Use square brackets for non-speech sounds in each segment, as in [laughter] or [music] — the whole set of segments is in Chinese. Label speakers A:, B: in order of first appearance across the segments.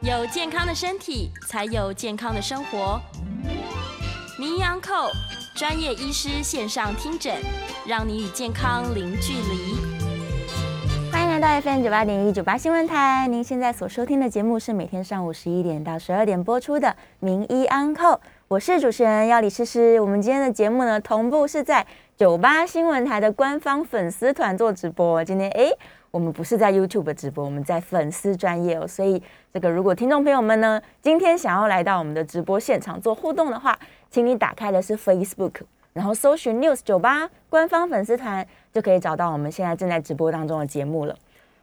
A: 有健康的身体，才有健康的生活。名医昂扣专业医师线上听诊，让你与健康零距离。
B: 欢迎来到 FM 九八点一九八新闻台，您现在所收听的节目是每天上午十一点到十二点播出的《名医安扣》，我是主持人要李诗诗。我们今天的节目呢，同步是在九八新闻台的官方粉丝团做直播。今天哎，我们不是在 YouTube 直播，我们在粉丝专业哦。所以这个如果听众朋友们呢，今天想要来到我们的直播现场做互动的话，请你打开的是 Facebook，然后搜寻 News 九八官方粉丝团，就可以找到我们现在正在直播当中的节目了。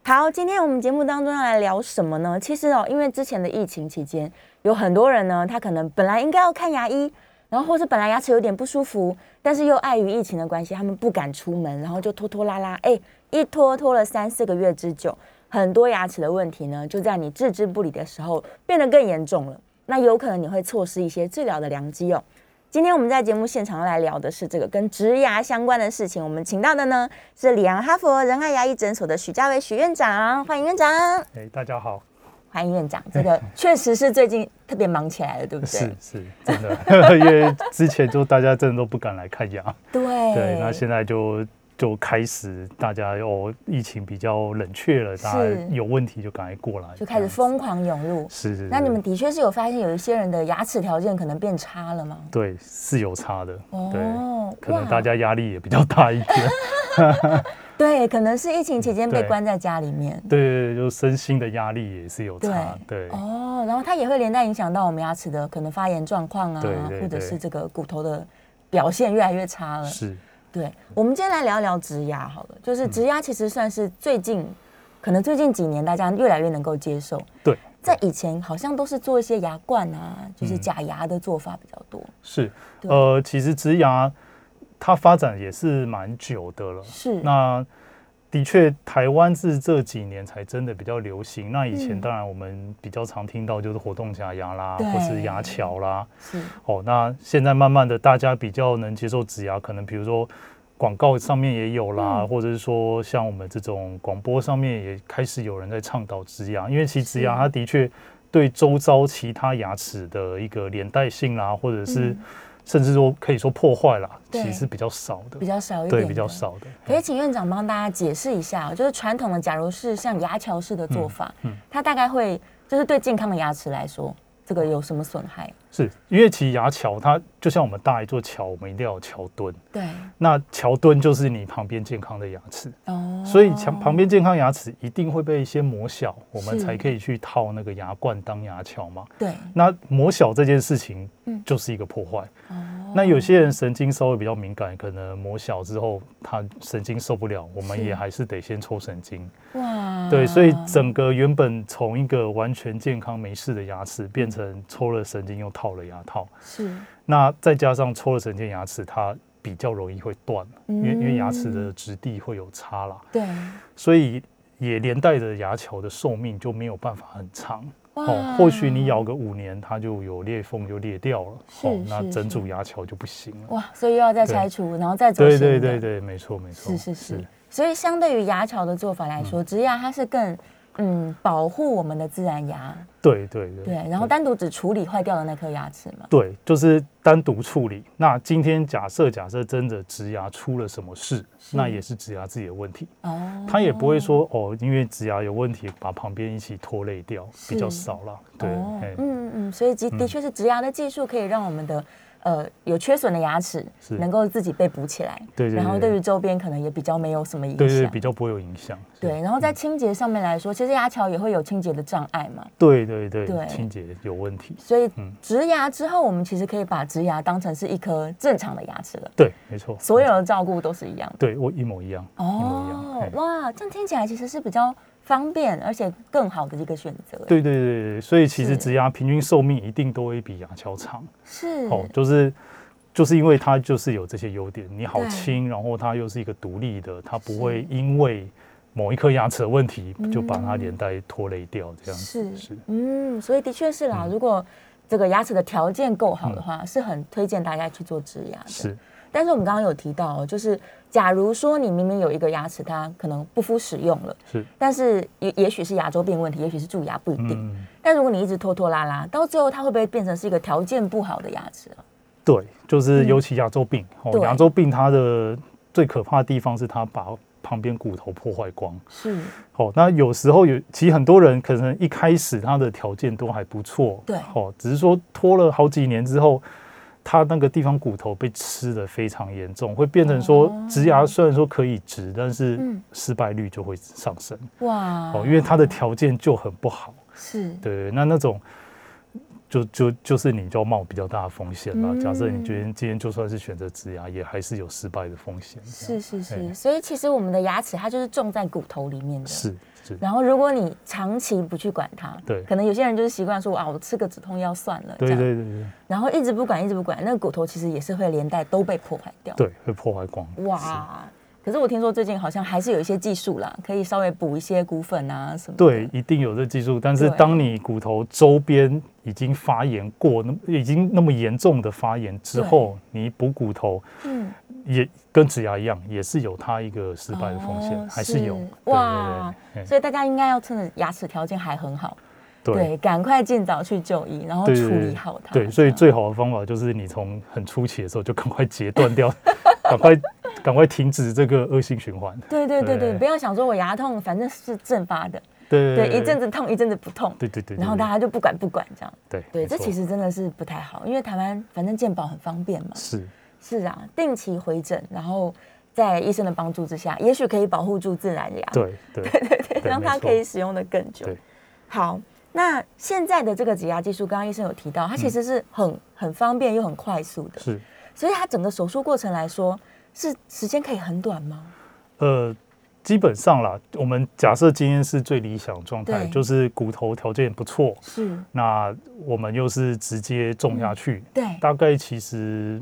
B: 好，今天我们节目当中要来聊什么呢？其实哦，因为之前的疫情期间，有很多人呢，他可能本来应该要看牙医，然后或是本来牙齿有点不舒服，但是又碍于疫情的关系，他们不敢出门，然后就拖拖拉拉，哎，一拖拖了三四个月之久，很多牙齿的问题呢，就在你置之不理的时候变得更严重了。那有可能你会错失一些治疗的良机哦。今天我们在节目现场来聊的是这个跟植牙相关的事情。我们请到的呢是里昂哈佛仁爱牙医诊所的许家伟许院长，欢迎院长，
C: 哎、大家
B: [laughs]
C: 好，
B: 欢迎院长。这个确实是最近特别忙起来了，对不对
C: 是？是，真的， [laughs] 因为之前就大家真的都不敢来看牙，
B: 对
C: 对，那现在就就开始大家哦，疫情比较冷却了，大
B: 是
C: 家有问题就赶快过来，
B: 就开始
C: 这样
B: 疯狂涌入。
C: 子，是是，
B: 那你
C: 是
B: 们的确是有发现有一些人的牙齿条件可能变差了吗？
C: 对是有差的，
B: 哦
C: 对，可能
B: 哇
C: 大家压力也比较大一点， [laughs]
B: 对，可能是疫情期间被
C: 嗯对
B: 关在家里面。
C: 对对，对就身心的压力也是有差，对
B: 哦，然后它也会连带影响到我们牙齿的可能发炎状况啊，
C: 对对
B: 或者
C: 对
B: 是这个骨头的表现越来越差了。
C: 是。嗯
B: 对，我们今天来聊一聊植牙好了，就是植牙其实算是最近，可能最近几年大家越来越能够接受，
C: 对，
B: 在以前好像都是做一些牙冠啊，就是
C: 嗯
B: 假牙的做法比较多。
C: 是，
B: 对
C: 呃，其实植牙它发展也是蛮久的了。
B: 是
C: 那的确，台湾是这几年才真的比较流行。那以
B: 嗯
C: 前当然我们比较常听到就是活动假牙啦，
B: 对
C: 或是牙桥啦。
B: 是，
C: 哦，那现在慢慢的大家比较能接受植牙，可能比如说。广告上面也有啦，
B: 嗯
C: 或者是说像我们这种广播上面也开始有人在倡导植牙，因为其实植牙
B: 是
C: 它的确对周遭其他牙齿的一个连带性啦，或者是、
B: 嗯
C: 甚至说可以说破坏啦，
B: 对
C: 其实是比较少的，
B: 比较少一点，
C: 对比较。少的。
B: 可以请院长帮大家解释一下哦，就是传统的，假如是像牙桥式的做法，
C: 嗯嗯
B: 它大概会就是对健康的牙齿来说，这个有什么损害？
C: 是因为其实牙桥它就像我们搭一座桥，我们一定要有桥墩。
B: 对，
C: 那桥墩就是你旁边健康的牙齿，
B: 哦
C: 所以墙旁边健康牙齿一定会被一些磨小，我们
B: 是
C: 才可以去套那个牙冠当牙桥嘛。
B: 对，
C: 那磨小这件事情
B: 嗯，
C: 就是一个破坏。
B: 哦
C: 那有些人神经稍微比较敏感，可能磨小之后他神经受不了，我们
B: 是
C: 也还是得先抽神经。
B: 哇
C: 对，所以整个原本从一个完全健康没事的牙齿，
B: 嗯
C: 变成抽了神经又套了牙套，
B: 是
C: 那再加上抽了神经牙齿，它比较容易会断，啊因为因为牙齿
B: 嗯
C: 的质地会有差啦，
B: 对。
C: 所以也连带着牙桥的寿命就没有办法很长。
B: 哇
C: 哦，或许你咬个五年，它就有裂缝就裂掉了，哦
B: 是，
C: 那
B: 是
C: 整
B: 是
C: 组牙桥就不行了。
B: 哇，所以又要再
C: 对
B: 拆除，然后再走
C: 对
B: 新的。
C: 对对对，没错没错，
B: 是是是。所以相对于牙桥的做法来说，植牙它是更嗯保护我们的自然牙，
C: 对对对
B: 对，然后单独只处理坏掉的那颗牙齿嘛。
C: 对，就是单独处理。那今天假设假设真的植牙出了什么事，
B: 是
C: 那也是植牙自己的问题，
B: 哦，
C: 他也不会说哦，因为植牙有问题，把旁边一起拖累掉，比较
B: 是
C: 少啦。对，
B: 哦
C: 嘿
B: 嗯嗯嗯，所以的的确是植牙的技术可以让我们的。呃，有缺损的牙齿
C: 是
B: 能够自己被补起来，
C: 对对
B: 然后
C: 对
B: 对于周边可能也比较没有什么影响，
C: 对对，比较不会有影响。是
B: 对。然后在清洁上面来说，其实牙桥也会有清洁的障碍嘛，
C: 对对对
B: 对
C: 清洁有问题。
B: 所以
C: 嗯
B: 植牙之后，我们其实可以把植牙当成是一颗正常的牙齿了，
C: 对，没错。
B: 所哦有的照顾都是一样的。嗯
C: 对我一模一样，一模一样。嘿
B: 哇，这样听起来其实是比较方便，而且更好的一个选择。，
C: 对对对对，所以其
B: 是
C: 实植牙平均寿命一定都会比牙桥长。
B: 是
C: 哦，就是就是因为它就是有这些优点，你好
B: 对
C: 轻，然后它又是一个独立的，它不会因为某一颗牙齿的问题就把它连带拖累掉，这样子、
B: 嗯是嗯，所以的确是啦。如果这个牙齿的条件够好的话，是很推荐大家去做植牙的。
C: 嗯是
B: 但是我们刚刚有提到哦，就是假如说你明明有一个牙齿，它可能不敷使用了，
C: 是，
B: 但是也也许是牙周病问题，也许是蛀牙，不一定。
C: 嗯，
B: 但如果你一直拖拖拉拉，到最后它会不会变成是一个条件不好的牙齿啊了？
C: 对，就是尤其牙周病，哦，
B: 嗯对
C: 牙周病它的最可怕的地方是它把旁边骨头破坏光。
B: 是，
C: 哦，那有时候有，其实很多人可能一开始他的条件都还不错，
B: 对
C: 哦，只是说拖了好几年之后，他那个地方骨头被吃的非常严重，会变成说
B: 哦
C: 植牙虽然说可以植，但是
B: 嗯
C: 失败率就会上升，
B: 哇，
C: 哦，因为它的条件就很不好，
B: 是，
C: 对，那那种。就就就是你就要冒比较大的风险了。假设
B: 嗯
C: 你觉得今天就算是选择植牙，也还是有失败的风险。这
B: 是
C: 样
B: 是是，
C: 哎
B: 所以其实我们的牙齿它就是种在骨头里面的。。
C: 是是，
B: 然后如果你长期不去管它，
C: 对
B: 可能有些人就是习惯说啊，我吃个止痛药算了，
C: 对
B: 这
C: 对
B: 样。
C: 对对
B: 然后一直不管，一直不管，那个骨头其实也是会连带都被破坏掉。。
C: 对，会破坏光。是
B: 哇，可是我听说最近好像还是有一些技术啦，可以稍微补一些骨粉啊什么的。
C: 对，，一定有这技术，但是
B: 对
C: 当你骨头周边已经发炎过，那么已经那么严重的发炎之后，你补骨头
B: 嗯，
C: 也跟植牙一样，也是有它一个失败的风险，
B: 哦
C: 还是有。
B: 是
C: 对
B: 哇
C: 对对
B: 所以大家应该要趁着牙齿条件还很好，
C: 对对
B: 赶快尽早去就医，然后
C: 对
B: 处
C: 对
B: 理好它。
C: 对，所
B: 这
C: 以
B: 样
C: 最好的方法就是你从很初期的时候就赶快截断掉， [laughs] 赶快赶快停止这个恶性循环。
B: 对对对对，
C: 对
B: 不要想说我牙痛，反正是阵发的，
C: 对
B: 对，一阵，子痛一阵子不痛，
C: 对对对，
B: 然后大
C: 家
B: 家就不管不管这样。
C: 对
B: 对，
C: 没
B: 这
C: 错
B: 其实真的是不太好，因为台湾反正健保很方便嘛。
C: 是
B: 是啊，定期回诊，然后在医生的帮助之下，也许可以保护住自然牙，
C: 对
B: [laughs]
C: 对对对
B: 让它可以使用的更久
C: 对。
B: 好，那现在的这个挤牙技术，刚刚医生有提到，它其实是很、很方便又很快速的，
C: 嗯是。
B: 所以它整个手术过程来说，是时间可以很短吗？
C: 呃，基本上啦，我们假设今天是最理想的状态，
B: 对
C: 就是骨头条件不错，
B: 是，
C: 那我们又是直接种下去，
B: 对，
C: 大概其实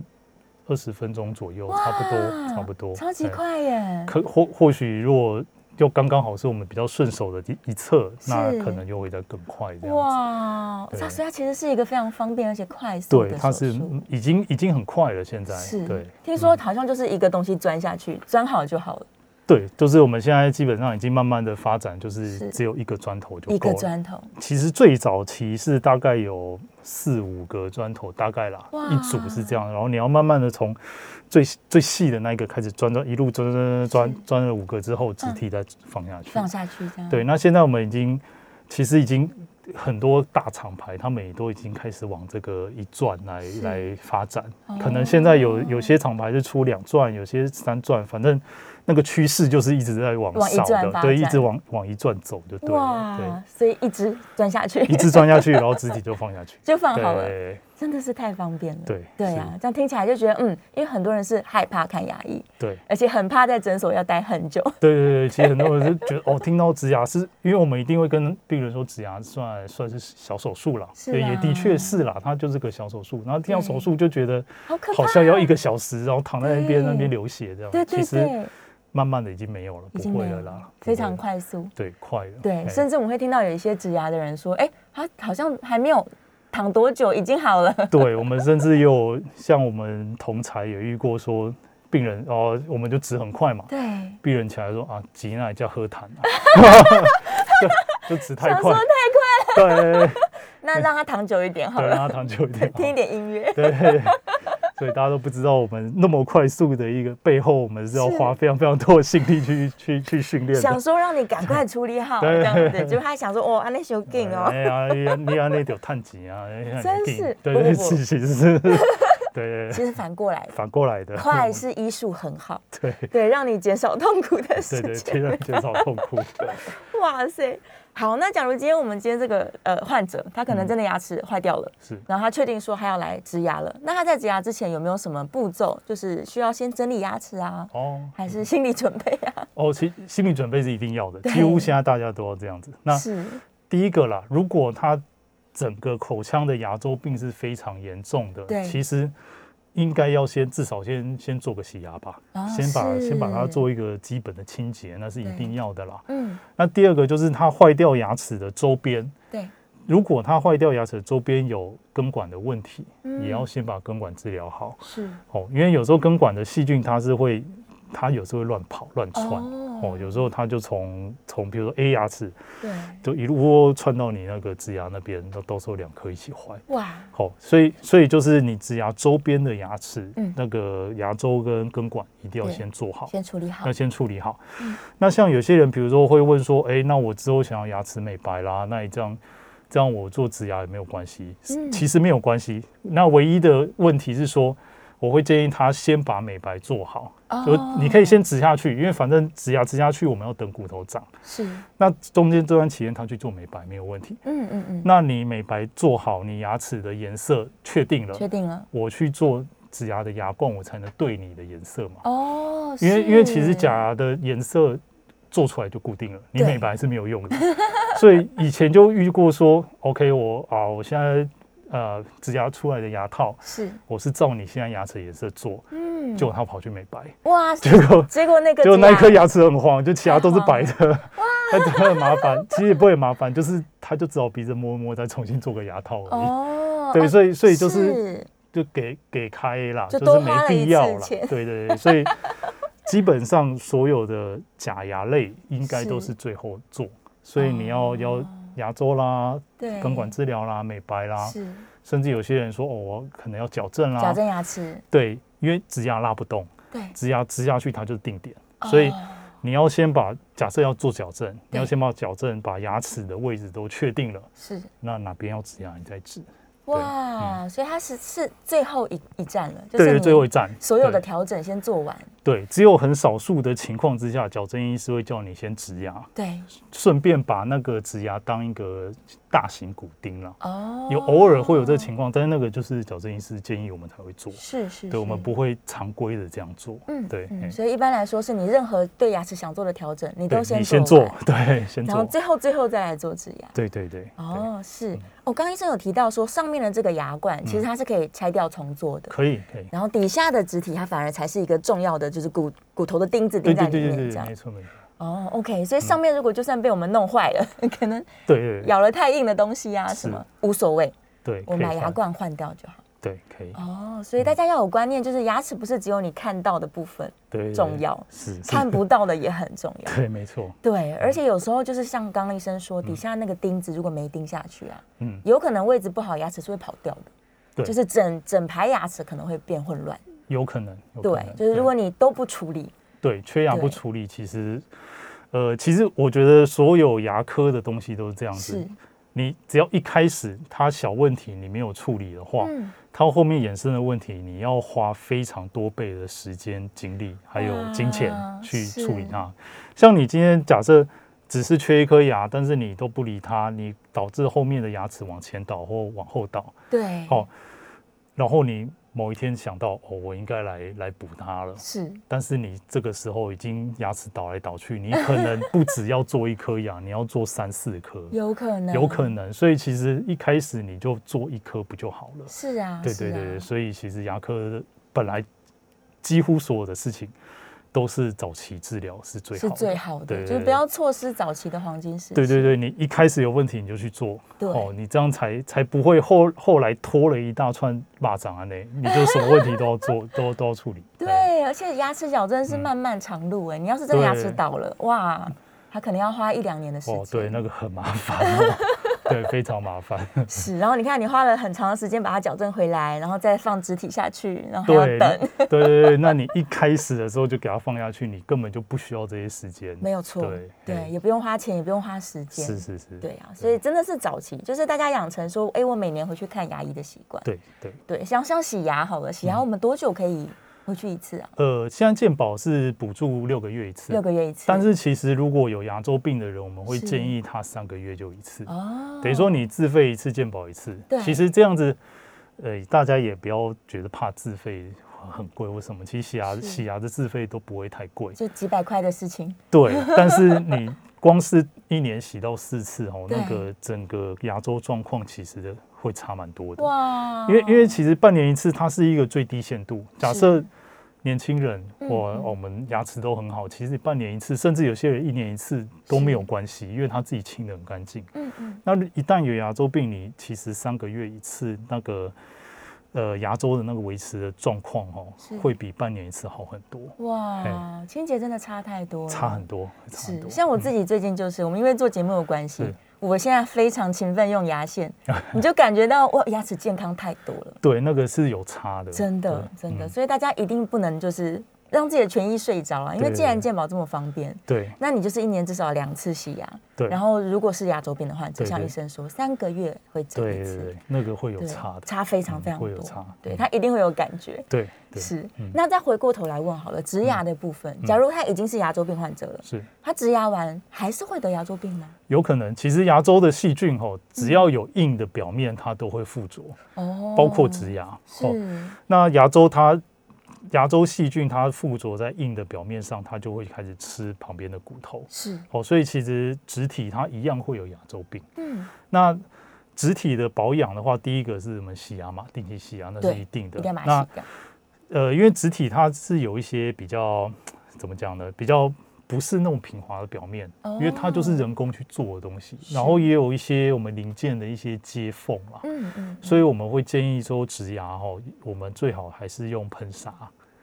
C: 二十分钟左右，差不多，
B: 哇
C: 差不多，
B: 超级
C: 哎。
B: 快耶！
C: 可或或许如果又刚刚好是我们比较顺手的一一侧，那
B: 是
C: 可能又会再更快这样子。
B: 哇，
C: 对
B: 它所以它其实是一个非常方便而且快速
C: 对，
B: 的
C: 它
B: 手
C: 是
B: 术。
C: 已经已经很快了，现在对嗯
B: 听说好像就是一个东西钻下去，钻好就好了，
C: 对，就是我们现在基本上已经慢慢的发展，就是
B: 是
C: 只有一个砖头就
B: 一
C: 够
B: 个
C: 了。
B: 砖头。
C: 其实最早期是大概有四五个砖头，大概啦
B: 哇，
C: 一组是这样。然后你要慢慢的从最最细的那一个开始钻，钻一路钻钻钻
B: 是
C: 钻钻了五个之后，肢体再放下去。
B: 嗯放下去这样。
C: 对，，那现在我们已经其实已经很多大厂牌，他们也都已经开始往这个一钻来
B: 是
C: 来发展
B: 哦。
C: 可能现在有有些厂牌是出两钻，有些三钻，反正那个趋势就是一直在往
B: 往一
C: 少
B: 钻
C: 的
B: 发，
C: 对，一
B: 展
C: 直往往一钻走就对了。对。
B: 哇，所以一直钻下去
C: [laughs] 一直钻下去，然后肢体就放下去
B: [laughs] 。就放好了，
C: 对
B: 真的是太方便了。
C: 对
B: 对啊，这样听起来就觉得嗯，因为很多人是害怕看牙医，
C: 对
B: 而且很怕在诊所要待很久。 [laughs]
C: 对对对，其实很多人就觉得哦，听到植牙是，因为我们一定会跟病人说植牙算算是小手术啦，
B: 是
C: 对，也
B: 啦
C: 的确是啦，它就是个小手术。然后听到
B: 对
C: 手术就觉得
B: 好可怕！
C: 好像要一个小时，然后躺在那边
B: 对
C: 那边流血这样。
B: 对对
C: 其实
B: 对，
C: 慢慢的已经没有了，
B: 已
C: 不
B: 经
C: 会
B: 没有
C: 了啦，
B: 非
C: 不
B: 常
C: 会了，
B: 快速。
C: 对，快了，
B: 对，
C: 哎
B: 甚至我们会听到有一些植牙的人说，哎，他好像还没有躺多久，已经好了。
C: 对我们甚至有像我们同才也遇过说。病人哦，我们就植很快嘛，
B: 对，
C: 病人起来说啊，吉娜叫喝痰啊，就就值太
B: [laughs] 想说
C: 快，
B: 太
C: 对，
B: 快，那让他躺久一点好
C: 对，让
B: 了，
C: 他躺久一点，
B: [laughs] 听一点音乐。
C: 对，所以大家都不知道我们那么快速的一个背后，我们是要
B: 是
C: 花非常非常多的心力去去去训练
B: 想
C: 的。
B: 说让你赶快处理好
C: 对
B: 这样子，结果他想说哦，安内修劲哦，
C: 哎呀，你啊你啊，那有探级啊，哎呀
B: 真
C: 你
B: 是
C: 对
B: 不
C: 对，
B: 不不
C: 是其实是，对，
B: 其实反过
C: [laughs]
B: 来，
C: 反过来的，
B: 快是医术很好，
C: 对
B: 对，让你减少痛苦的
C: 对对，
B: 事
C: 尽
B: 情。
C: 量减少痛苦。
B: [laughs] 哇塞，好，那假如今天我们今天这个呃患者，他
C: 嗯
B: 可能真的牙齿坏掉了，
C: 是
B: 然后他确定说他要来植牙了，那他在植牙之前有没有什么步骤，就是需要先整理牙齿啊，
C: 哦
B: 还是心理准备啊？
C: 哦，其心理准备是一定要的，
B: 对
C: 几乎现在大家都要这样子。那
B: 是，
C: 第一个啦，如果他整个口腔的牙周病是非常严重
B: 对
C: 的，其实应该要先至少先先做个洗牙吧，
B: 哦
C: 先把
B: 是
C: 先把它做一个基本的清洁，那是一定要的啦。
B: 嗯，
C: 那第二个就是它坏掉牙齿的周边，
B: 对，
C: 如果它坏掉牙齿周边有根管的问题，
B: 嗯
C: 也要先把根管治疗好
B: 是
C: 哦，因为有时候根管的细菌它是会，它有时候会乱跑乱窜。
B: 哦
C: 哦，有时候它就从从比如说 A 牙齿，
B: 对，
C: 就一路窜到你那个植牙那边，那到时候两颗一起坏。
B: 哇，
C: 好、所以所以就是你植牙周边的牙齿，
B: 嗯
C: 那个牙周跟根管一定要
B: 对
C: 先做好，
B: 先处理好
C: 要，先处理好。
B: 嗯
C: 那像有些人，比如说会问说，哎、那我之后想要牙齿美白啦，那你这样这样我做植牙也没有关系，
B: 嗯
C: 其实没有关系。那唯一的问题是说，我会建议他先把美白做好，
B: 哦
C: 就你可以先植下去，因为反正植牙植下去，我们要等骨头长。
B: 哦是，
C: 那中间这段期间他去做美白没有问题。
B: 嗯嗯嗯，
C: 那你美白做好，你牙齿的颜色确定了，
B: 确定了
C: 我去做植牙的牙冠，我才能对你的颜色嘛。
B: 哦，
C: 因为因为其实
B: 是
C: 假牙的颜色做出来就固定了，你
B: 对
C: 美白是没有用的。 [laughs] 所以以前就遇过说，OK，我啊，我现在呃植牙出来的牙套，
B: 是，
C: 我是照你现在牙齿颜色做，
B: 嗯，
C: 结果他跑去美白， [laughs]
B: 哇，
C: 结果
B: 结果那个
C: 结果那一
B: 假
C: 颗牙齿很黄，就其他都是
B: 太黄
C: 白
B: [laughs]
C: 的， [laughs] 那真的很麻烦。其实也不会麻烦，就是他就只好鼻子摸一摸，再重新做个牙套而已。
B: 哦，
C: 对，
B: 哦
C: 所以所以就是就给给开啦，
B: 就
C: 就是
B: 多
C: 没
B: 花了一
C: 必
B: 次
C: 要啦。
B: 钱
C: 对对对，所以基本上所有的假牙类应该都
B: 是
C: 是最后
B: [laughs]
C: 做，所以你要要牙周啦、
B: 哦对
C: 根管治啊疗啦、美白啦，
B: 是
C: 甚至有些人说哦，我可能要矫正
B: 矫
C: 啦，
B: 正牙齿，
C: 对，因为植牙拉不动，
B: 对，
C: 植牙植下去它就是定点，所以
B: 哦
C: 你要先把假设要做矫正，你要
B: 对
C: 先把矫正把牙齿的位置都确定了，
B: 是
C: 那哪边要植牙你再植，
B: 哇，所以它是是最后一一站了，就
C: 嗯对
B: 是
C: 对，
B: 你
C: 最后一站
B: 所有的
C: 对
B: 调整先做完，
C: 对，只有很少数的情况之下，矫正医师会叫你先植牙，
B: 对，
C: 顺便把那个植牙当一个大型骨钉了。
B: 哦，
C: 有偶尔会有这个情况，但是那个就是矫正医师建议我们才会做，
B: 是是，
C: 对，我们
B: 是。
C: 不会常规的这样做。
B: 嗯
C: 对，
B: 嗯，
C: 嗯
B: 所以一般来说，是你任何对牙齿想做的调整，你都
C: 对，
B: 先
C: 你先
B: 做
C: 做
B: 完，，
C: 对，先
B: 然后
C: 做，
B: 最后最后再来做植牙。
C: 对对对，嗯对，
B: 哦，是哦，刚刚医生有提到说，上面的这个牙
C: 嗯
B: 冠其实它是可以拆掉重做的，
C: 可以可以，
B: 然后底下的植体它反而才是一个重要的，就是骨骨头的钉子
C: 对
B: 钉在
C: 对
B: 里
C: 对对
B: 面这
C: 对，
B: 样
C: 没。错没错，
B: 哦，OK，所以上面如果就算被我们弄坏了，可能
C: 对对
B: [laughs]
C: 对
B: 咬了太硬的东西啊
C: 是
B: 什么，无所谓，
C: 对，
B: 我
C: 可以
B: 买牙
C: 换，嗯
B: 冠换掉就好。
C: 对，可以，
B: 哦，所以大家要有观念，就是牙齿不是只有你看到的部分
C: 对，对
B: 重要，
C: 是是嗯
B: 看不到的也很重
C: [laughs]
B: 要。
C: 对，没错，
B: 对，而且有时候就是像刚刚医生说，底下那个钉子如果没钉下去啊，
C: 嗯，
B: 有可能位置不好，牙齿是会跑掉的。
C: 对
B: 就是整整排牙齿可能会变混乱。
C: 有可能，有可
B: 对
C: 能，
B: 就是
C: 对
B: 如果你都不处理，
C: 对，缺牙不
B: 对
C: 处理，其实，呃，其实我觉得所有牙科的东西都是这样子
B: 是，，
C: 你只要一开始它小问题你没有处理的话，
B: 嗯，
C: 它后面衍生的问题你要花非常多倍的时间、精力还有金钱
B: 哇
C: 去
B: 啊是
C: 处理它。像你今天假设只是缺一颗牙，但是你都不理它，你导致后面的牙齿往前倒或往后倒，
B: 对，
C: 哦，然后你某一天想到哦，我应该来来补它了。
B: 是
C: 但是你这个时候已经牙齿倒来倒去，你可能不只要做一颗牙，你要做三四颗，
B: [laughs] 有可能，
C: 有可能。所以其实一开始你就做一颗不就好了？
B: 是啊，
C: 对
B: 是
C: 对对
B: 啊
C: 对，所以其实牙科本来几乎所有的事情都是早期治疗是最好
B: 是
C: 的，
B: 最好的，
C: 对
B: 就是不要。错失早期的黄金时期。
C: 对对对，你一开始有问题你就去做，
B: 对
C: 哦，你这样才才不会后后来拖了一大串蚂蚱啊，那你就什么问题都要做，都都要处理。
B: 对，而且牙齿矫正是漫漫长路哎，你要是这个牙齿
C: 嗯对
B: 倒了，哇，它可能要花一两年的时间。
C: 哦，对，那个很麻烦、
B: [laughs]
C: 哦，对，非常麻烦。
B: 是，然后你看你花了很长的时间把它矫正回来，然后再放植体下去，然后还要
C: 对嗯
B: 等，，
C: 对对对，那你一开始的时候就给它放下去，你根本就不需要这些时间。
B: 没有错，
C: 对
B: 对，
C: 嗯
B: 也不用花钱，也不用花时间，
C: 是是是，
B: 对啊，所以真的是早期，就是大家养成说，哎，我每年回去看牙医的习惯，
C: 对对。
B: 对，像像洗牙好了，洗
C: 嗯
B: 牙我们多久可以回去一次啊？
C: 呃，现在健保是补助六个月一次，
B: 六个月一次，
C: 但是其实如果有牙周病的人，我们会
B: 是
C: 建议他三个月就一次，
B: 哦，
C: 等于说你自费一次健保一次
B: 对。
C: 其实这样子，呃，大家也不要觉得怕自费很贵或什么，其实洗牙
B: 是
C: 洗牙的自费都不会太贵。
B: 就几百块的事情，
C: [laughs] 对，但是你光是一年洗到四次哦，
B: 对
C: 那个整个牙周状况其实会差蛮多的。
B: 哇，
C: 因为因为其实半年一次它是一个最低限度，假设年轻人
B: 嗯嗯
C: 或、哦我们牙齿都很好，其实半年一次，甚至有些人一年一次都没有关系，因为他自己清的很干净。
B: 嗯嗯，
C: 那一旦有牙周病，你其实三个月一次那个呃牙周的那个维持的状况哦
B: 是，
C: 会比半年一次好很多，
B: 哇，清洁真的差太多了，
C: 差很多，会差很
B: 是，
C: 多。
B: 像我自
C: 己、
B: 己最近就是，我们因为做节目的关系
C: 是，
B: 我现在非常勤奋用牙
C: [laughs]
B: 线，你就感觉到哇，牙齿健康太多了，
C: 对那个是有差的，
B: 真的
C: 对
B: 真的，
C: 嗯
B: 所以大家一定不能就是让自己的权益睡着啊了，因为
C: 对
B: 既然健保这么方便，
C: 对
B: 那你就是一年至少两次洗牙，
C: 对，
B: 然后如果是牙周病的话，就
C: 对
B: 像
C: 对
B: 医生说，三个月会整
C: 对
B: 一
C: 对
B: 次
C: 对，，那个会有
B: 对
C: 差的，
B: 差非常非常
C: 嗯会有
B: 多
C: 差，
B: 对
C: 嗯
B: 他一定会有感觉。
C: 对对
B: 是
C: 嗯，
B: 那再回过头来问好了，植牙的部分，假如他已经是牙周病患者了，
C: 是。
B: 他植牙完还是会得牙周病吗？
C: 有可能，其实牙周的细菌哦，
B: 嗯
C: 只要有硬的表面，它都会附着，
B: 哦
C: 包括植牙。哦，
B: 是
C: 那牙周它牙周细菌它附着在硬的表面上，它就会开始吃旁边的骨头。
B: 是，
C: 哦，所以其实植体它一样会有牙周病。
B: 嗯，
C: 那植体的保养的话，第一个是我们洗牙嘛，定期洗牙那是
B: 对
C: 一定的。
B: 一定要把它
C: 那
B: 洗掉。
C: 呃，因为植体它是有一些比较怎么讲呢，比较不是那种平滑的表面，
B: 哦
C: 因为它就是人工去做的东西，然后也有一些我们零件的一些接缝啦，
B: 嗯嗯，
C: 所以我们会建议说植牙哦，我们最好还是用喷砂，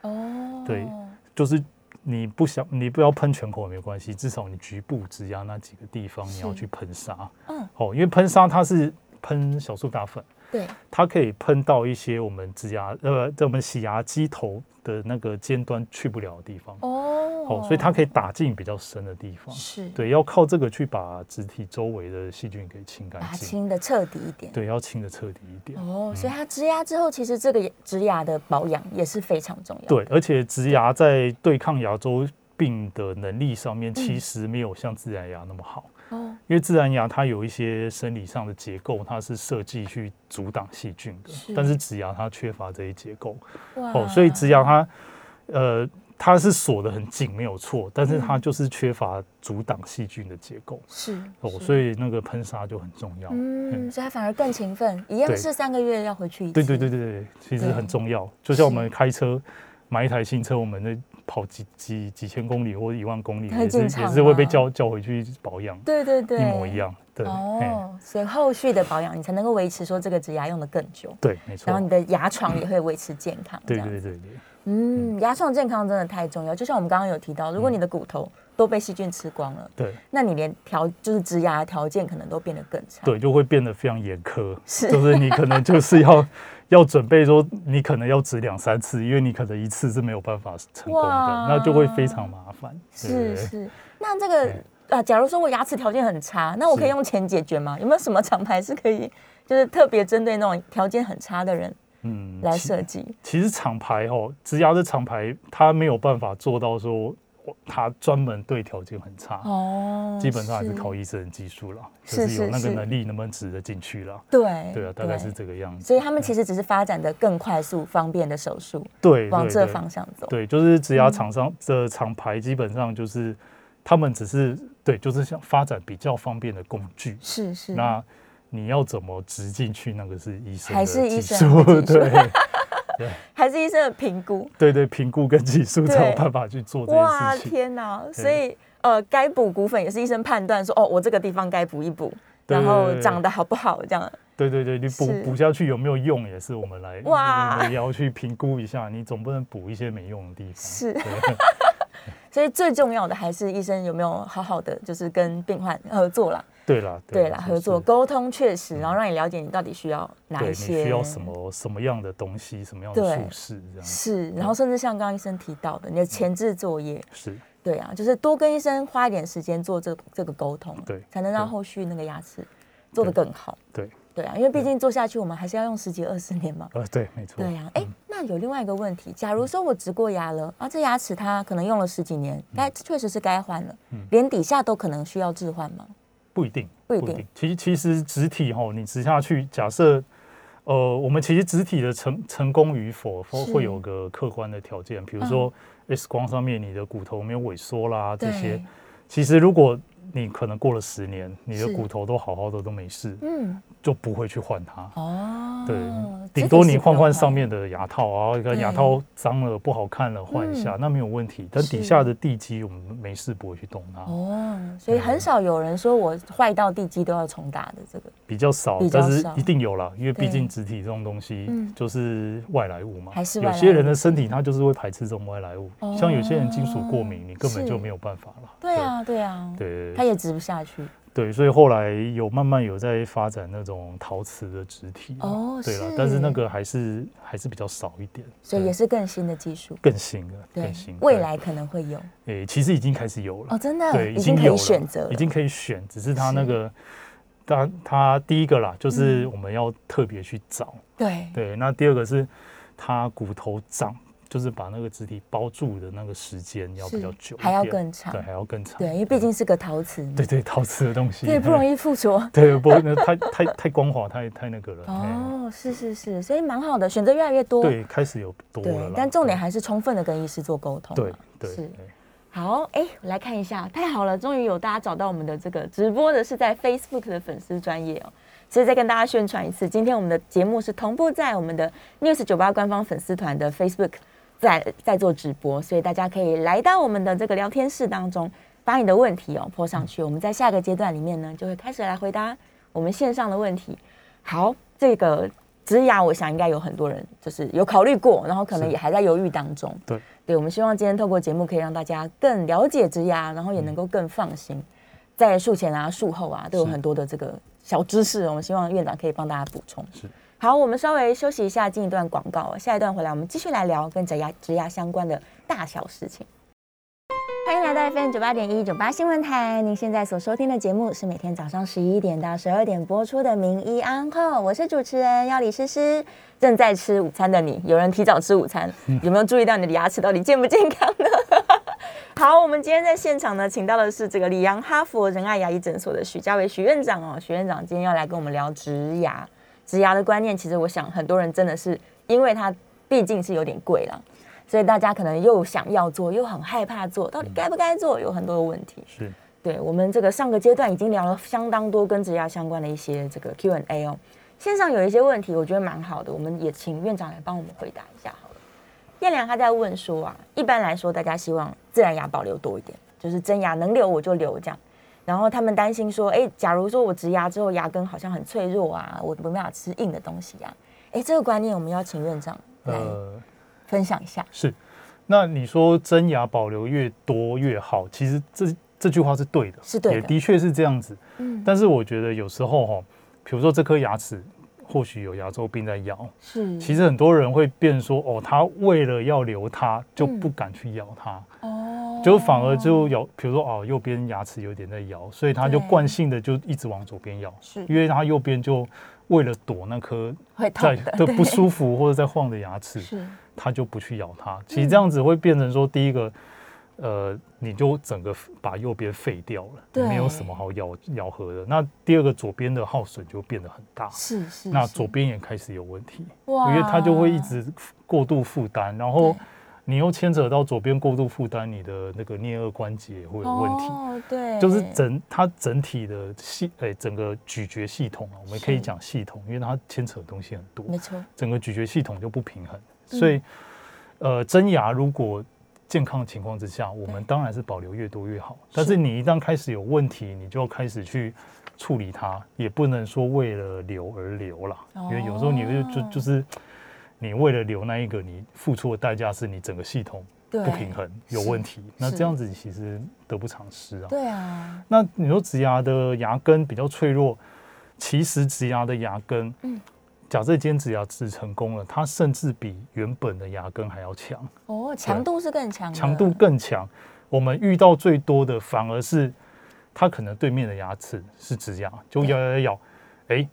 B: 哦，
C: 对就是。你不想，你不要喷全口也没关系，至少你局部植牙那几个地方你要
B: 是
C: 去喷砂。
B: 嗯，
C: 哦，因为喷砂它是喷小苏打粉，
B: 对，
C: 它可以喷到一些我们植牙呃，在我们洗牙机头的那个尖端去不了的地方。
B: 哦
C: 哦，所以它可以打进比较深的地方。
B: 是
C: 对，要靠这个去把植体周围的细菌给清干
B: 把它
C: 净。
B: 清的彻底一点。
C: 对，要清的彻底一点。
B: 哦，所以它植牙之后，其实这个植牙的保养也是非常重要。，
C: 对，而且植牙在对抗牙周病的能力上
B: 嗯
C: 面，其实没有像自然牙那么好，
B: 哦，
C: 因为自然牙它有一些生理上的结构，它是设计去阻挡细菌的，
B: 是
C: 但是植牙它缺乏这一结构。
B: 哇
C: 哦，所以植牙它，呃，它是锁得很紧，没有错，但是它
B: 嗯
C: 就是缺乏阻挡细菌的结构。
B: 是
C: 哦，
B: 是
C: 所以那个喷砂就很重要。
B: 嗯，
C: 嗯
B: 所以他反而更勤奋，一样
C: 对
B: 是三个月要回去一次。
C: 对对对对对，其实很重要。就像我们开车买一台新车，我们那跑几几几千公里或一万公里，
B: 它会
C: 也是
B: 进
C: 也
B: 厂
C: 是会被
B: 吗
C: 叫叫回去保养，
B: 对对对，
C: 一模一。样。对，嘿
B: 哦，所以后续的保养，你才能够维持说这个植牙用的更久，
C: 对，没错
B: 然后。你的牙床也会维持健康。
C: 对
B: 这样
C: 对对对对，
B: 嗯，牙床健康真的太重要。就像我们刚刚有提到，
C: 嗯
B: 如果你的骨头都被细菌吃光了，
C: 对
B: 那你连条就是植牙的条件可能都变得更差。，
C: 对，就会变得非常严苛，
B: 是
C: 就是你可能就是要
B: [laughs]
C: 要准备说，你可能要植两三次，因为你可能一次是没有办法成功
B: 哇
C: 的，那就会非常麻烦。对
B: 是
C: 对对
B: 是。那这个呃，假如说我牙齿条件很差，那我可以
C: 是
B: 用钱解决吗？有没有什么厂牌是可以就是特别针对那种条件很差的人
C: 嗯，
B: 来
C: 其
B: 设计？
C: 其实厂牌哦，植牙的厂牌，它没有办法做到说，我它专门对条件很差，
B: 哦，
C: 基本上还是靠医生的技术啦，
B: 是
C: 就是是有那
B: 是
C: 个能力能不能植得进去啦。
B: 对
C: 对啊，大概是。这个嗯样子。
B: 所以他们其实只是发展的更快速、方便的手术，
C: 对，
B: 往
C: 对
B: 这
C: 对
B: 方向走。
C: 对，就是植牙厂商的厂牌基本上就是他们只是对，就是想发展比较方便的工具。
B: 是是。
C: 那你要怎么植进去，那个是医生
B: 还
C: 的
B: 是医
C: 技
B: 生
C: 术，
B: 的技术
C: 对
B: 还是医生的评估。
C: 对对，评估跟技术才有
B: 对
C: 办法去做这
B: 哇，
C: 件事情。
B: 天哪！
C: 对
B: 所以呃，该补骨粉也是医生判断说，哦，我这个地方该补一补，
C: 对
B: 然后
C: 对对
B: 长得好不好这样。
C: 对对对，你补
B: 是
C: 补下去有没有用，也是我们来
B: 哇
C: 我们也要去评估一下，你总不能补一些没用的地方。
B: 是
C: 对
B: [laughs] 所以最重要的还是医生有没有好好的就是跟病患合作啦，
C: 对啦，
B: 对啦，
C: 就
B: 合作
C: 是
B: 沟通确实，然后让你了解你到底需要哪
C: 对
B: 一
C: 你
B: 些，
C: 需要什。么什么样的东西，什么样的
B: 对
C: 术式这样子
B: 是，然后甚至像刚刚医生提到的，你的前置作业，
C: 是。
B: 对啊，就是多跟医生花一点时间做这这个沟通，
C: 对
B: 才能让
C: 对
B: 后续那个牙齿做得
C: 对
B: 更好，
C: 对，
B: 对啊，因为毕竟做下去，我们还是要用十几二十年嘛，
C: 呃，对，没错。嗯
B: 对呀、哎、那有另外一个问题，假如说我植过牙了，啊，这牙齿它可能用了十几年，
C: 嗯
B: 该确实是该换了，连底下都可能需要置换吗？
C: 不一定，
B: 不一定。
C: 其实其实植体吼，你植下去，假设呃，我们其实植体的成成功与否，会
B: 是
C: 会有个客观的条
D: 嗯
C: 件，比如说 X 光上面你的骨头没有萎缩啦，这些。其实如果你可能过了十年，你的
D: 是
C: 骨头都好好的都没事，
B: 嗯，
C: 就不会去换它。
D: 哦，
C: 对
D: 这，
C: 顶
D: 个
C: 多
D: 是
C: 你
D: 不
C: 换
D: 用
C: 换上面的牙套啊，跟牙
D: 对嗯
C: 套脏了不好看了换一下，那没有问题。但底
D: 是
C: 下的地基我们没事不会去动它，
D: 哦，所以很少有人说我坏到地基都要重打的这个，
C: 比较少
D: 比，较
C: 但是
D: 少
C: 一定有啦，因为毕
D: 对
C: 竟植体这种东西
D: 嗯
C: 就是外来物嘛，
D: 还是外
C: 有
D: 来
C: 些人
D: 物哦
C: 的身体它就是会排斥这种外来物，像有些人金属过敏，你根本就是没有办法了。
D: 对啊，对啊，
C: 对，
D: 它
C: 对
D: 也植不下去，
C: 对，所以后来有慢慢有在发展那种陶瓷的植体啦
D: 哦
C: 对了
D: 是，
C: 但是那个还是还是比较少一点，
D: 所以也
C: 对
D: 是更新的技术，
C: 更新了，
D: 对
C: 更新，
D: 未
C: 对
D: 来可能会有
C: 诶、其实已经开始有了，
D: 哦，真的
C: 对，
D: 已
C: 已
D: 经可
C: 有
D: 以
C: 了
D: 选择了，
C: 已经可以选，只是它那
D: 是嗯
C: 个，它它第一个啦，就是我们要特别去找，
D: 对
C: 对，那第二个是它骨头长，就是把那个肢体包住的那个时间要比较
D: 是
C: 久一点，
D: 还要更长
C: 对，还要更长，
D: 对，因为毕竟是个陶瓷嘛，
C: 对对陶瓷的东西，
D: 对，
C: [laughs]
D: 不容
C: 易，
D: 易附着。
C: 对不，那太太太光滑，太太那个了，嘿
D: 哦，是是是，所以蛮好的，选择越来越多。
C: 对，开始有多
D: 对
C: 了啦，
D: 但重点还是充分的跟医师做沟通嘛。啊
C: 对对
D: 是
C: 对。
B: 好，哎、我来看一下，太好了，终于有大家找到我们的这个直播的是在 Facebook 的粉丝专业哦。其实再跟大家宣传一次，今天我们的节目是同步在我们的 News 九八官方粉丝团的 Facebook 在在做直播，所以大家可以来到我们的这个聊天室当中，把你的问题哦泼上去，我们在下个阶段里面呢就会开始来回答我们线上的问题。好，这个植牙，我想应该有很多人就是有考虑过，然后可能
C: 是
B: 也还在犹豫当中。
C: 对
B: 对，我们希望今天透过节目可以让大家更了解植牙，然后也能够更放心，在术前啊、术后啊都有
C: 嗯是
B: 很多的这个小知识，我们希望院长可以帮大家补充。
C: 是
B: 好，我们稍微休息一下，进一段广告，下一段回来我们继续来聊跟植牙、植牙相关的大小事情。欢迎来到 FM 九八点一九八新闻台，您现在所收听的节目是每天早上十一点到十二点播出的《名医安后》，我是主持人要李诗诗。正在吃午餐的你，有人提早吃午餐，有没有注意到你的牙齿到底健不健康呢？好，我们今天在现场呢，请到的是这个里昂哈佛仁爱牙医诊所的许家伟许院长哦，许院长今天要来跟我们聊植牙，植牙的观念，其实我想很多人真的是因为它毕竟是有点贵啦，所以大家可能又想要做，又很害怕做，到底该不该做，有很多的问题。
C: 是
B: 对我们这个上个阶段已经聊了相当多跟植牙相关的一些这个 Q&A 哦，线上有一些问题，我觉得蛮好的，我们也请院长来帮我们回答一下好了。燕良他在问说啊，一般来说大家希望自然牙保留多一点，就是真牙能留我就留这样。然后他们担心说，哎，假如说我植牙之后牙根好像很脆弱啊，我没办法吃硬的东西啊，哎，这个观念我们要请院长来
C: 呃
B: 分享一下。
C: 是，那你说真牙保留越多越好，其实这这句话是对的，
B: 是对
C: 也
B: 的
C: 的确是这样子。
B: 嗯，
C: 但是我觉得有时候哈、比如说这颗牙齿或许有牙周病在咬，
B: 是
C: 其实很多人会变说哦，他为了要留它，就不敢去咬它，
D: 哦
C: 就反而就咬，比如说哦，右边牙齿有点在咬，所以他就
D: 对
C: 惯性的就一直往左边咬，
D: 是
C: 因为他右边就为了躲那颗
D: 会
C: 在
D: 痛的，
C: 的不舒服或者在晃的牙齿，
D: 是
C: 他就不去咬它。其实这样子会变成说，第一个，呃，你就整个把右边废掉了，
D: 对
C: 没有什么好咬咬合的。那第二个，左边的耗损就变得很大，
D: 是是，
C: 那
D: 是
C: 左边也开始有问题，
D: 哇
C: 因为它就会一直过度负担，然后
D: 对
C: 你又牵扯到左边过度负担，你的那个颞颌关节也会有问题。
D: 哦，对，
C: 就是整它整体的系，诶、整个咀嚼系统啊，我们可以
D: 是
C: 讲系统，因为它牵扯的东西很多。
D: 没错，
C: 整个咀嚼系统就不平衡。
D: 嗯
C: 所以，呃，真牙如果健康的情况之下，我们当然是保留越多越好。但是你一旦开始有问题，你就要开始去处理它，也不能说为了留而留啦，因为有时候你就就
D: 哦
C: 就是。你为了留那一个，你付出的代价是你整个系统
D: 对
C: 不平衡有
D: 是
C: 问题，那
D: 是
C: 这样子其实得不偿失啊。
D: 对啊，
C: 那你说植牙的牙根比较脆弱，其实植牙的牙根，
D: 嗯
C: 假设今天植牙治成功了，它甚至比原本的牙根还要强，
D: 哦，强度是更强的，
C: 强度更强。我们遇到最多的反而是它可能对面的牙齿是植牙，就咬咬咬咬，哎，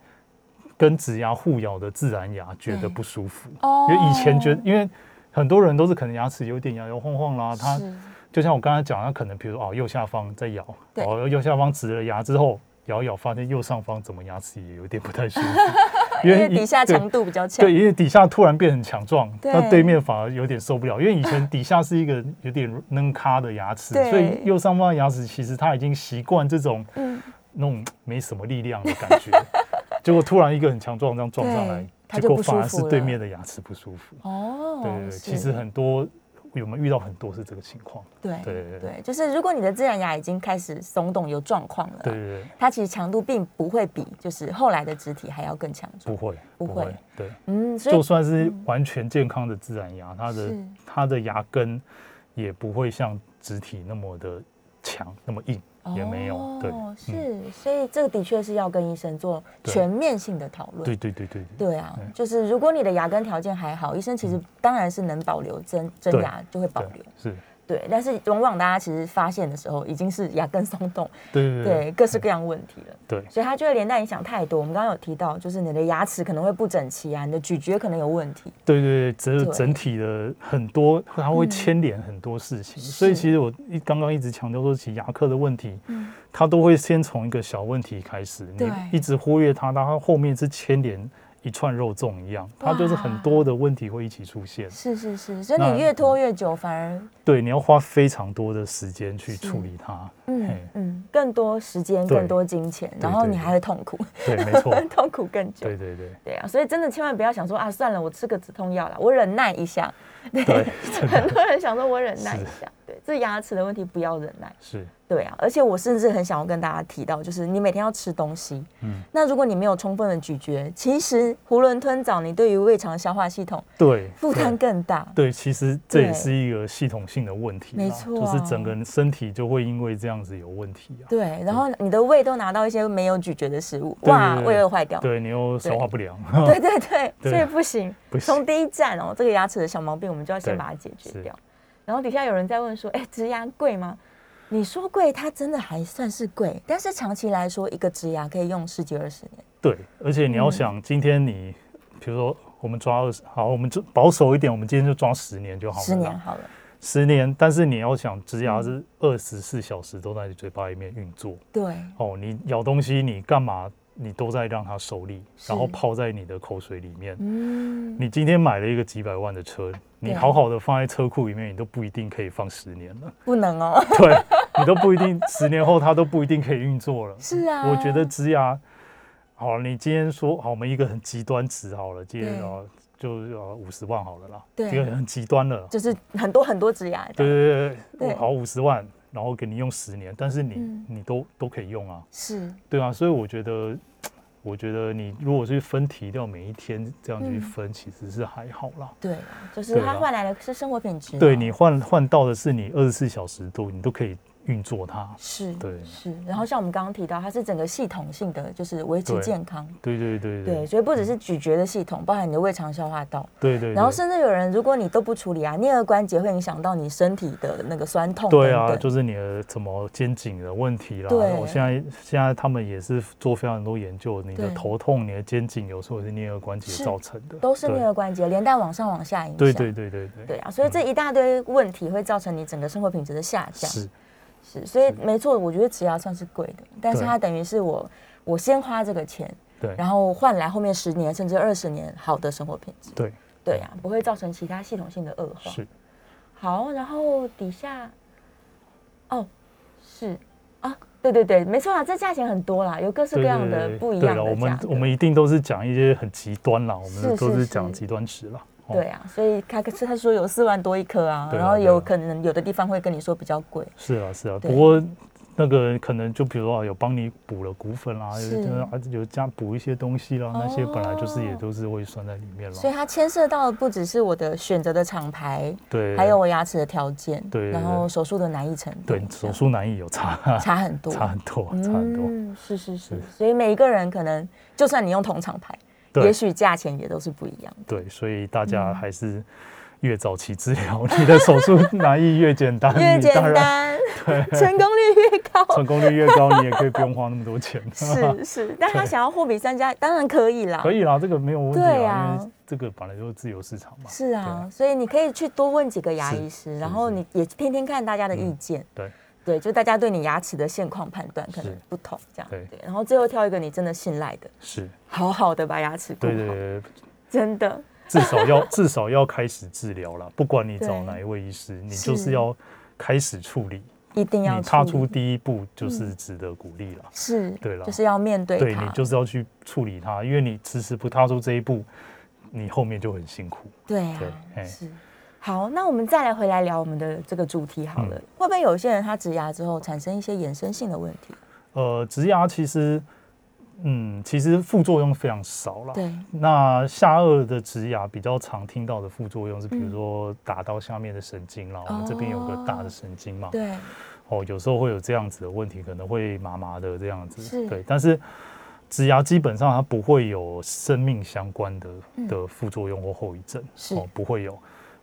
C: 跟植牙互咬的自然牙觉得
D: 对
C: 不舒服，
D: 哦，
C: 因为以前觉得因为。很多人都是可能牙齿有点摇摇晃晃啦，它
D: 是
C: 就像我刚才讲，它可能比如哦右下方在咬，
D: 对
B: [laughs]
C: 哦右下方植了牙之后咬一咬，发现右上方怎么牙齿也有点不太舒服，
B: 因为
C: 以
B: 底下
C: 对
B: 强度比较强
C: 对，。因为底下突然变很强壮，
B: 对
C: 那对面反而有点受不了，因为以前底下是一个有点扔咖的牙齿，
B: 对
C: 所以右上方的牙齿其实它已经习惯这种
B: 嗯，
C: 那种没什么力量的感
B: [laughs]
C: 觉，结果突然一个很强壮这样撞上来
B: 对，它
C: 结
B: 就
C: 果
B: 不舒
C: 反而是
B: 服
C: 对
B: 了
C: 面的牙齿不舒服。
B: 哦，
C: 对对对，
B: 是
C: 其实很多有没有遇到很多是这个情况。
B: 对
C: 对对对
B: 对，就是如果你的自然牙已经开始松动有状况了，
C: 对对对，
B: 它其实强度并不会比就是后来的肢体还要更强
C: 不
B: 壮。
C: 会
B: 不会，
C: 对，
B: 嗯，所
C: 就
B: 以
C: 算是完全健康的自然牙，它的
B: 是
C: 它的牙根也不会像植体那么的强，那么硬，也没有。对
B: 哦，
C: 嗯
B: 是，所以这个的确是要跟医生做
C: 对
B: 全面性的讨论。
C: 对哎对对对对
B: 对啊，就是如果你的牙根条件还好，医生其实当然是能保留真真
C: 嗯对
B: 牙就会保
C: 对
B: 留，
C: 是，
B: 对。但是往往大家其实发现的时候已经是牙根松动，
C: 对
B: 对
C: 对
B: 各式各样问题了，
C: 对
B: 所以它就会连带影响太多。我们刚刚有提到，就是你的牙齿可能会不整齐啊，你的咀嚼可能有问题，
C: 对对对，整
B: 对嗯
C: 整体的很多，它会牵连很多事情，所
B: 是
C: 以
B: 嗯
C: 其实我一刚刚一直强调说，其实牙科的问题，它都会先从一个小问题开始，
B: 对
C: 你一直忽略它，它后面是牵连一串肉粽一样，它就是很
B: 哇
C: 多的问题会一起出现。
B: 是是是，所以
C: 那
B: 你越拖越久，反而
C: 对，你要花非常多的时间去处理它。
B: 嗯
C: 嘿
B: 嗯更多时间、
C: 对
B: 更多金钱，然后
C: 对
B: 你还会痛苦， [laughs]
C: 对，没错，
B: 痛苦更久。
C: 对对对
B: 对啊，所以真的千万不要想说啊，算了，我吃个止痛药啦，我忍耐一
C: [laughs]
B: 下。
C: 对，真
B: 很
C: 的
B: 多人想说，我忍耐一
C: 是
B: 下，对，这牙齿的问题不要忍耐。
C: 是
B: 对啊，而且我甚至很想要跟大家提到，就是你每天要吃东西，嗯
C: 嗯，
B: 那如果你没有充分的咀嚼，其实囫囵吞枣，你对于胃肠消化系统 [laughs]
C: 对
B: 负担
C: 对
B: 更大。
C: 对，其实这也
B: 对
C: 是一个系统性的问题啦，
B: 没错
C: 就
B: 啊
C: 是整个人身体就会因为这样子有问题啊。
B: 对，然后你的胃都拿到一些没有咀嚼的食物，
C: 对
B: 哇，
C: 对对
B: 胃又坏掉。
C: 对你又消化不良， [laughs]
B: 对对对，
C: 对
B: 所以不行
C: 不，行
B: 从第一站哦，这个牙齿的小毛病，我们就要先
C: 对
B: 把它解决
C: 是
B: 掉。然后底下有人在问说，哎，植牙贵吗？你说贵，它真的还算是贵，但是长期来说，一个植牙可以用十几二十年。
C: [laughs] 对，而且
B: 嗯
C: 你要想，今天你比如说我们抓二十，好，我们就保守一点，我们今天就抓十年就好了啦，
B: 十年啊嗯好了，
C: 十年，但是你要想，植牙是二十四小时都在你嘴巴里面运作，
B: 对，
C: 哦，你咬东西，你干嘛？你都在让它受力，
B: 是
C: 然后泡在你的口水里面。
B: 嗯，
C: 你今天买了一个几百万的车，你
B: 对啊
C: 好好的放在车库里面，你都不一定可以放十年了。
B: 不能哦， [laughs]
C: 对，你都不一定，十年后它都不一定可以运作了。
B: 是啊，
C: 我觉得植牙，好，你今天说好，我们一个很极端值好了，今天
B: 对
C: 哦就要五十万好了啦，
B: 对
C: 这个很极端了。
B: 就是很多很多植牙，
C: 对对对对，
B: 对
C: 好五十万，然后给你用十年，但是你、
B: 嗯
C: 你都都可以用啊。
B: 是
C: 对啊，所以我觉得，我觉得你如果去分题掉每一天这样去
B: 嗯
C: 分，其实是还好啦。
B: 对啊，就是
C: 对
B: 它
C: 啦
B: 换来的是生活品质嘛，哦
C: 对你换换到的是你二十四小时都你都可以运作它。
B: 是，
C: 对
B: 是。然后像我们刚刚提到，它是整个系统性的，就是维持
C: 对
B: 健康。
C: 对对对
B: 对，
C: 对
B: 所以不只是咀嚼的系统，包含你的胃肠消化道，
C: 对对，
B: 然后
C: 对
B: 甚至有人，如果你都不处理啊，颞颌关节会影响到你身体的那个酸痛等等。
C: 对啊，就是你的怎么肩颈的问题啦。
B: 对
C: 我现在现在他们也是做非常多研究，你的
B: 对
C: 头痛、你的肩颈有时候是颞颌关
B: 是
C: 节造成的，
B: 都是颞
C: 对
B: 颌关节连带往上往下影响。
C: 对对嗯对对对
B: 对啊，所以这一大堆问题会造成你整个生活品质的下降。
C: 是
B: 是，所以没错，我觉得植牙算是贵的，但是
C: 对
B: 它等于是我我先花这个钱，
C: 对
B: 然后换来后面十年甚至二十年好的生活品质。
C: 对
B: 对啊，不会造成其他系统性的恶化。
C: 是。
B: 好，然后底下，哦，是啊，对对对，没错啊，这价钱很多啦，有各式各
C: 对
B: 样
C: 对
B: 的
C: 对
B: 不一
C: 对
B: 样
C: 啦
B: 的
C: 我
B: 价
C: 们
B: 格。
C: 我们一定都是讲一些很极端啦，我
B: 是
C: 们都
B: 是
C: 是
B: 是
C: 讲极端值啦。哦
B: 对啊，所以他他说有四万多一颗啊，
C: 对啊
B: 然后有
C: 对
B: 可能有的地方会跟你说比较贵，
C: 是啊，是啊，
B: 对
C: 不过那个可能就比如说啊有帮你补了股份啦，有
B: 是哦
C: 就是啊有加补一些东西啦，那些本来就是也都是会算在里面
B: 所以
C: 啦。
B: 它牵涉到的不只是我的选择的厂牌，
C: 对，
B: 还有我牙齿的条件，
C: 对
B: 然后手术的难易程度，
C: 对手术难易有差，
B: 差很多，
C: 差很多，差很多。
B: 嗯，是是是
C: 是，
B: 所以每一个人可能就算你用同厂牌，
C: 对
B: 也许价钱也都是不一样的。
C: 对，所以大
B: 嗯
C: 家还是越早期治疗， [laughs] 你的手术难易越简单，
B: [laughs] 越
C: 你
B: 简
C: 当然 [laughs]
B: 单， [laughs] 成功率越高。
C: 成功率越高，你也可以不用花那么多钱。
B: [laughs] 是是，但他想要货比三家，当然可以啦。
C: [laughs] 可以啦，这个没有问题
B: 对
C: 啦，
B: 啊
C: 因为这个本来就是自由市场嘛。
B: 是啊，所以你可以去多问几个牙医师，然后
C: 是嗯
B: 你也听听看大家的意见。
C: 对，
B: 对，就大家对你牙齿的现况判断可能
C: 是
B: 不同，这样
C: 对
B: 然后最后挑一个你真的信赖的，
C: 是，
B: 好好的把牙齿顾好，
C: 对对对，对
B: 真的
C: 至少要至少要开始治疗了，不管你找
B: 对
C: 哪一位医师，你就是
B: 是
C: 要开始处理，
B: 一定要
C: 你踏
B: 处
C: 出
B: 理嗯
C: 第一步就是值得鼓励了。
B: 是，
C: 对啦
B: 就是要面对
C: 对
B: 它
C: 你就是要去处理它，因为你迟迟不踏出这一步，你后面就很辛苦。
B: 对啊
C: 对，嘿
B: 是。好，那我们再来回来聊我们的这个主题好
C: 嗯
B: 了。会不会有一些人他植牙之后产生一些衍生性的问题？
C: 呃，植牙其实，嗯，其实副作用非常少啦。
B: 对，
C: 那下颚的植牙比较常听到的副作用是，
B: 嗯
C: 比如说打到下面的神经啦，我们这边有个大的神经嘛，
B: 哦对，
C: 哦，有时候会有这样子的问题，可能会麻麻的这样
B: 是
C: 子，对，但是。植牙基本上它不会有生命相关的
B: 嗯
C: 的副作用或后遗症，
B: 是
C: 哦，不会有。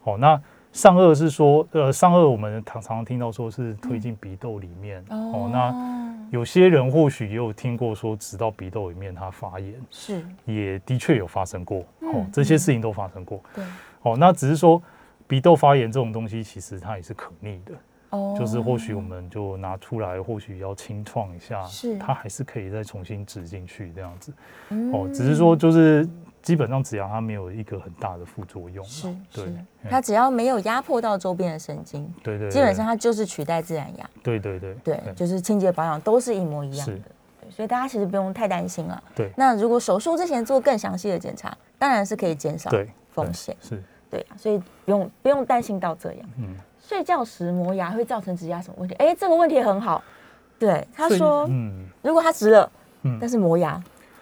C: 哦，那上颚是说，呃，上颚我们常常听到说是推
B: 嗯
C: 进鼻窦里面，哦，那有些人或许也有听过说，直到鼻窦里面它发炎，
B: 是，
C: 也的确有发生过、哦，这
B: 嗯
C: 些事情都发生过。
B: 对，
C: 哦，那只是说鼻窦发炎这种东西，其实它也是可逆的，
B: 哦
C: 就是或许我们就拿出来，或许要清创一下，
B: 是
C: 它还是可以再重新植进去这样子。
B: 嗯
C: 哦，只是说就是基本上植牙它没有一个很大的副作用啦，
B: 是是，，
C: 对嗯
B: 它只要没有压迫到周边的神经，
C: 对对对，
B: 基本上它就是取代自然牙，
C: 对对对
B: 对，就是清洁保养都是一模一样的
C: 是。
B: 对所以大家其实不用太担心了。
C: 对
B: 那如果手术之前做更详细的检查，当然是可以减少
C: 对
B: 风险。
C: 是
B: 对啊，所以不用不用担心到这样。
C: 嗯，
B: 睡觉时磨牙会造成植牙什么问题？哎，这个问题很好。对，他
C: 所以
B: 说，
C: 嗯
B: 如果他植了，
C: 嗯
B: 但是磨牙，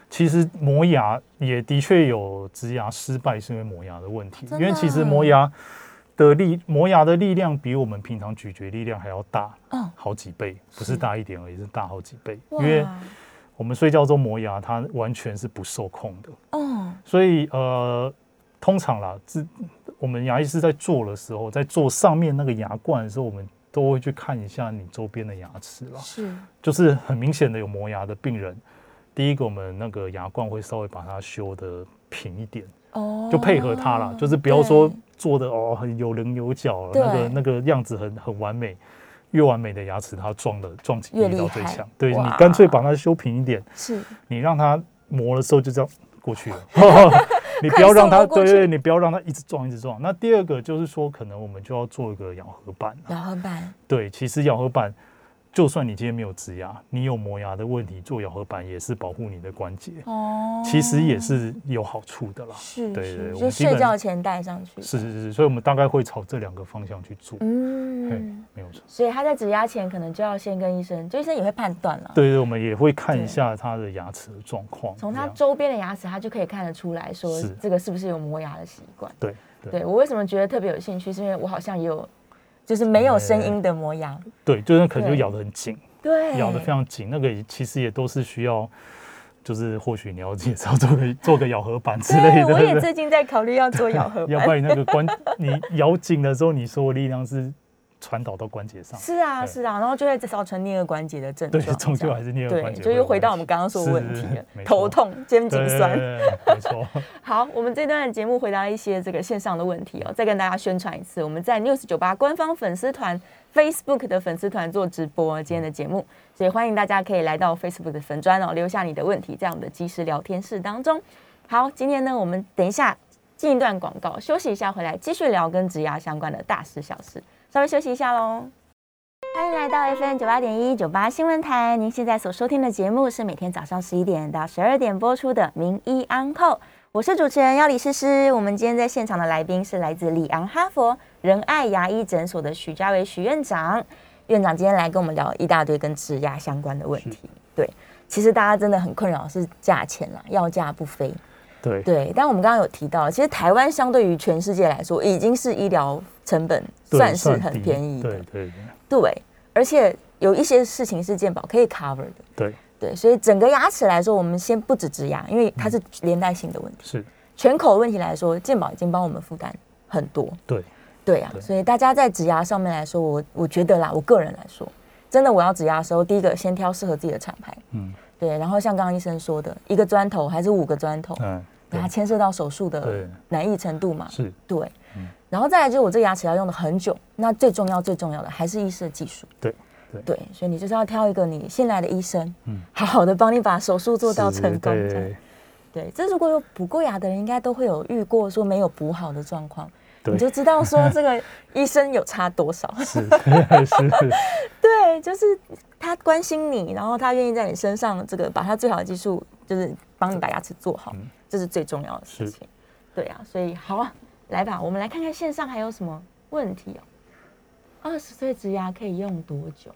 C: 其实磨牙也的确有植牙失败是因为磨牙的问题，
B: 真的啊
C: 因为其实磨牙的力磨牙的力量比我们平常咀嚼力量还要大
B: 嗯，
C: 好几倍，不
B: 是
C: 是大一点而已，是大好几倍。因为
B: 哦
C: 我们睡觉中磨牙，它完全是不受控的，
B: 哦，
C: 所以呃，通常啦，这我们牙医师在做的时候，在做上面那个牙冠的时候，我们都会去看一下你周边的牙齿啦。
B: 是
C: 就是很明显的有磨牙的病人，第一个我们那个牙冠会稍微把它修的平一点，
B: 哦，
C: 就配合它啦，就是不要说
B: 对
C: 做的哦很有棱有角，
B: 对
C: 那个那个样子很很完美，越完美的牙齿它撞的撞击
B: 越
C: 力
B: 厉
C: 到最
B: 害
C: 强，对
B: 哇
C: 你干脆把它修平一点，
B: 是
C: 你让它磨的时候就这样过去
B: [laughs]
C: 了。你不要让它，
B: 快速地过
C: 对
B: 去
C: 对，你不要让它一直撞一直撞。那第二个就是说，可能我们就要做一个咬合板啊，
B: 咬合板，
C: 对，其实咬合板，就算你今天没有植牙，你有磨牙的问题，做咬合板也是保护你的关节，
B: 哦，
C: 其实也是有好处的啦。
B: 是
C: 对对
B: 是，
C: 我
B: 就
C: 们基本
B: 睡觉前戴上去，
C: 是是是，所以我们大概会朝这两个方向去做。
B: 嗯
C: 嗯，，没有错。
B: 所以他在植牙前可能就要先跟医生，就医生也会判断了。
C: 对对，我们也会看
B: 对
C: 一下他的牙齿的状况，
B: 从
C: 这
B: 他
C: 样
B: 周边的牙齿，他就可以看得出来说
C: 啊是
B: 这个是不是有磨牙的习惯。
C: 对
B: 对我为什么觉得特别有兴趣，是因为我好像也有，就是没
C: 哎
B: 有声音的磨牙，
C: 对，就是可能就
B: 对
C: 咬得很紧，
B: 对，
C: 咬得非常紧，那个也其实也都是需要。就是或许你要介绍做个做个咬合板之类
B: 对，
C: 的，
B: 我
C: 对 [laughs]
B: 也最近在考虑要做咬合
C: 要
B: 板
C: 不。然你那个关，你咬紧的时候，你所有力量是传导到关节上。
B: 是啊，
C: 对
B: 是啊，然后就会造成颞颌关节的症
C: 对
B: 状，，
C: 终
B: 这
C: 究
B: 样
C: 还是颞颌
B: 对
C: 关，节会有问题。
B: 就又回到我们刚刚说的问
C: 是
B: 题
C: 是是
B: 了
C: 没，错
B: 头痛、肩
C: 对
B: 颈酸。
C: 对对对没错，
B: 好，我们这段的节目回答一些这个线上的问题哦，再跟大家宣传一次，我们在 News 酒吧官方粉丝团 Facebook 的粉丝团做直播今天的节目，所以欢迎大家可以来到 Facebook 的粉砖哦，留下你的问题，在我们的即时聊天室当中。好，今天呢，我们等一下进一段广告，休息一下，回来继续聊跟植牙相关的大事小事，稍微休息一下喽。
E: 欢迎来到 FM 九八点一九八新闻台，您现在所收听的节目是每天早上十一点到十二点播出的《名医安扣》，我是主持人要李诗诗。我们今天在现场的来宾是来自里昂哈佛仁爱牙医诊所的许家维许院长。
B: 院长今天来跟我们聊一大堆跟植牙相关的问题，对，其实大家真的很困扰是价钱啦，要价不菲。
C: 对
B: 对，但我们刚刚有提到，其实台湾相对于全世界来说，已经是医疗成本
C: 对
B: 算是很便宜
C: 对
B: 的
C: 对，对
B: 对，而且有一些事情是健保可以 cover 的，
C: 对，
B: 对，所以整个牙齿来说，我们先不止植牙，因为它是连带性的问题，
C: 是，
B: 全口问题来说，健保已经帮我们负担很多，
C: 对
B: 对啊，
C: 对
B: 所以大家在植牙上面来说，我我觉得啦，我个人来说，真的我要植牙的时候，第一个先挑适合自己的厂牌，
C: 嗯
B: 对，然后像刚刚医生说的，一个砖头还是五个砖头，
C: 嗯，
B: 对
C: 对
B: 它牵涉到手术的
C: 对
B: 难易程度嘛，
C: 是嗯
B: 对，然后再来就是我这个牙齿要用的很久，那最重要最重要的还是医师的技术。
C: 对，对
B: 对，所以你就是要挑一个你信赖的医生， [laughs]
C: 嗯
B: 好好的帮你把手术做到成功。这样
C: 对
B: 对，这如果有补过牙的人，应该都会有遇过说没有补好的状况，
C: 对
B: 你就知道说这个医生有差多少。
C: 是
B: [laughs]
C: 是
B: 对，就是他关心你，然后他愿意在你身上这个把他最好的技术，就是帮你把牙齿做好，
C: 嗯
B: 这是最重要的事
C: 是
B: 情。对啊，所以好啊，来吧，我们来看看线上还有什么问题哦。二十岁植牙可以用多久？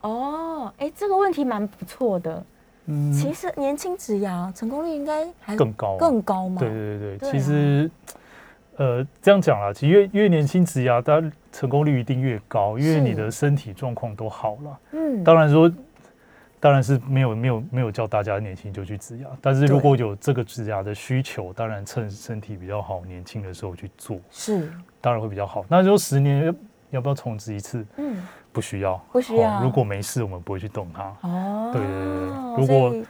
B: 哦，哎，这个问题蛮不错的。
C: 嗯，
B: 其实年轻植牙成功率应该还
C: 更高啊
B: 更高嘛。
C: 对对对
B: 对
C: 对，
B: 啊
C: 其实。呃，这样讲啦，其实越越年轻植牙，它成功率一定越高，因为
B: 是
C: 你的身体状况都好了。
B: 嗯，
C: 当然说，当然是没有没有没有叫大家年轻就去植牙，但是如
B: 对
C: 果有这个植牙的需求，当然趁身体比较好、年轻的时候去做，
B: 是，
C: 当然会比较好。那就十年要要不要重植一次？
B: 嗯，
C: 不需要，
B: 不需要
C: 哦如果没事，我们不会去动它。
B: 哦，
C: 对对对对
B: 所
C: 如果
B: 以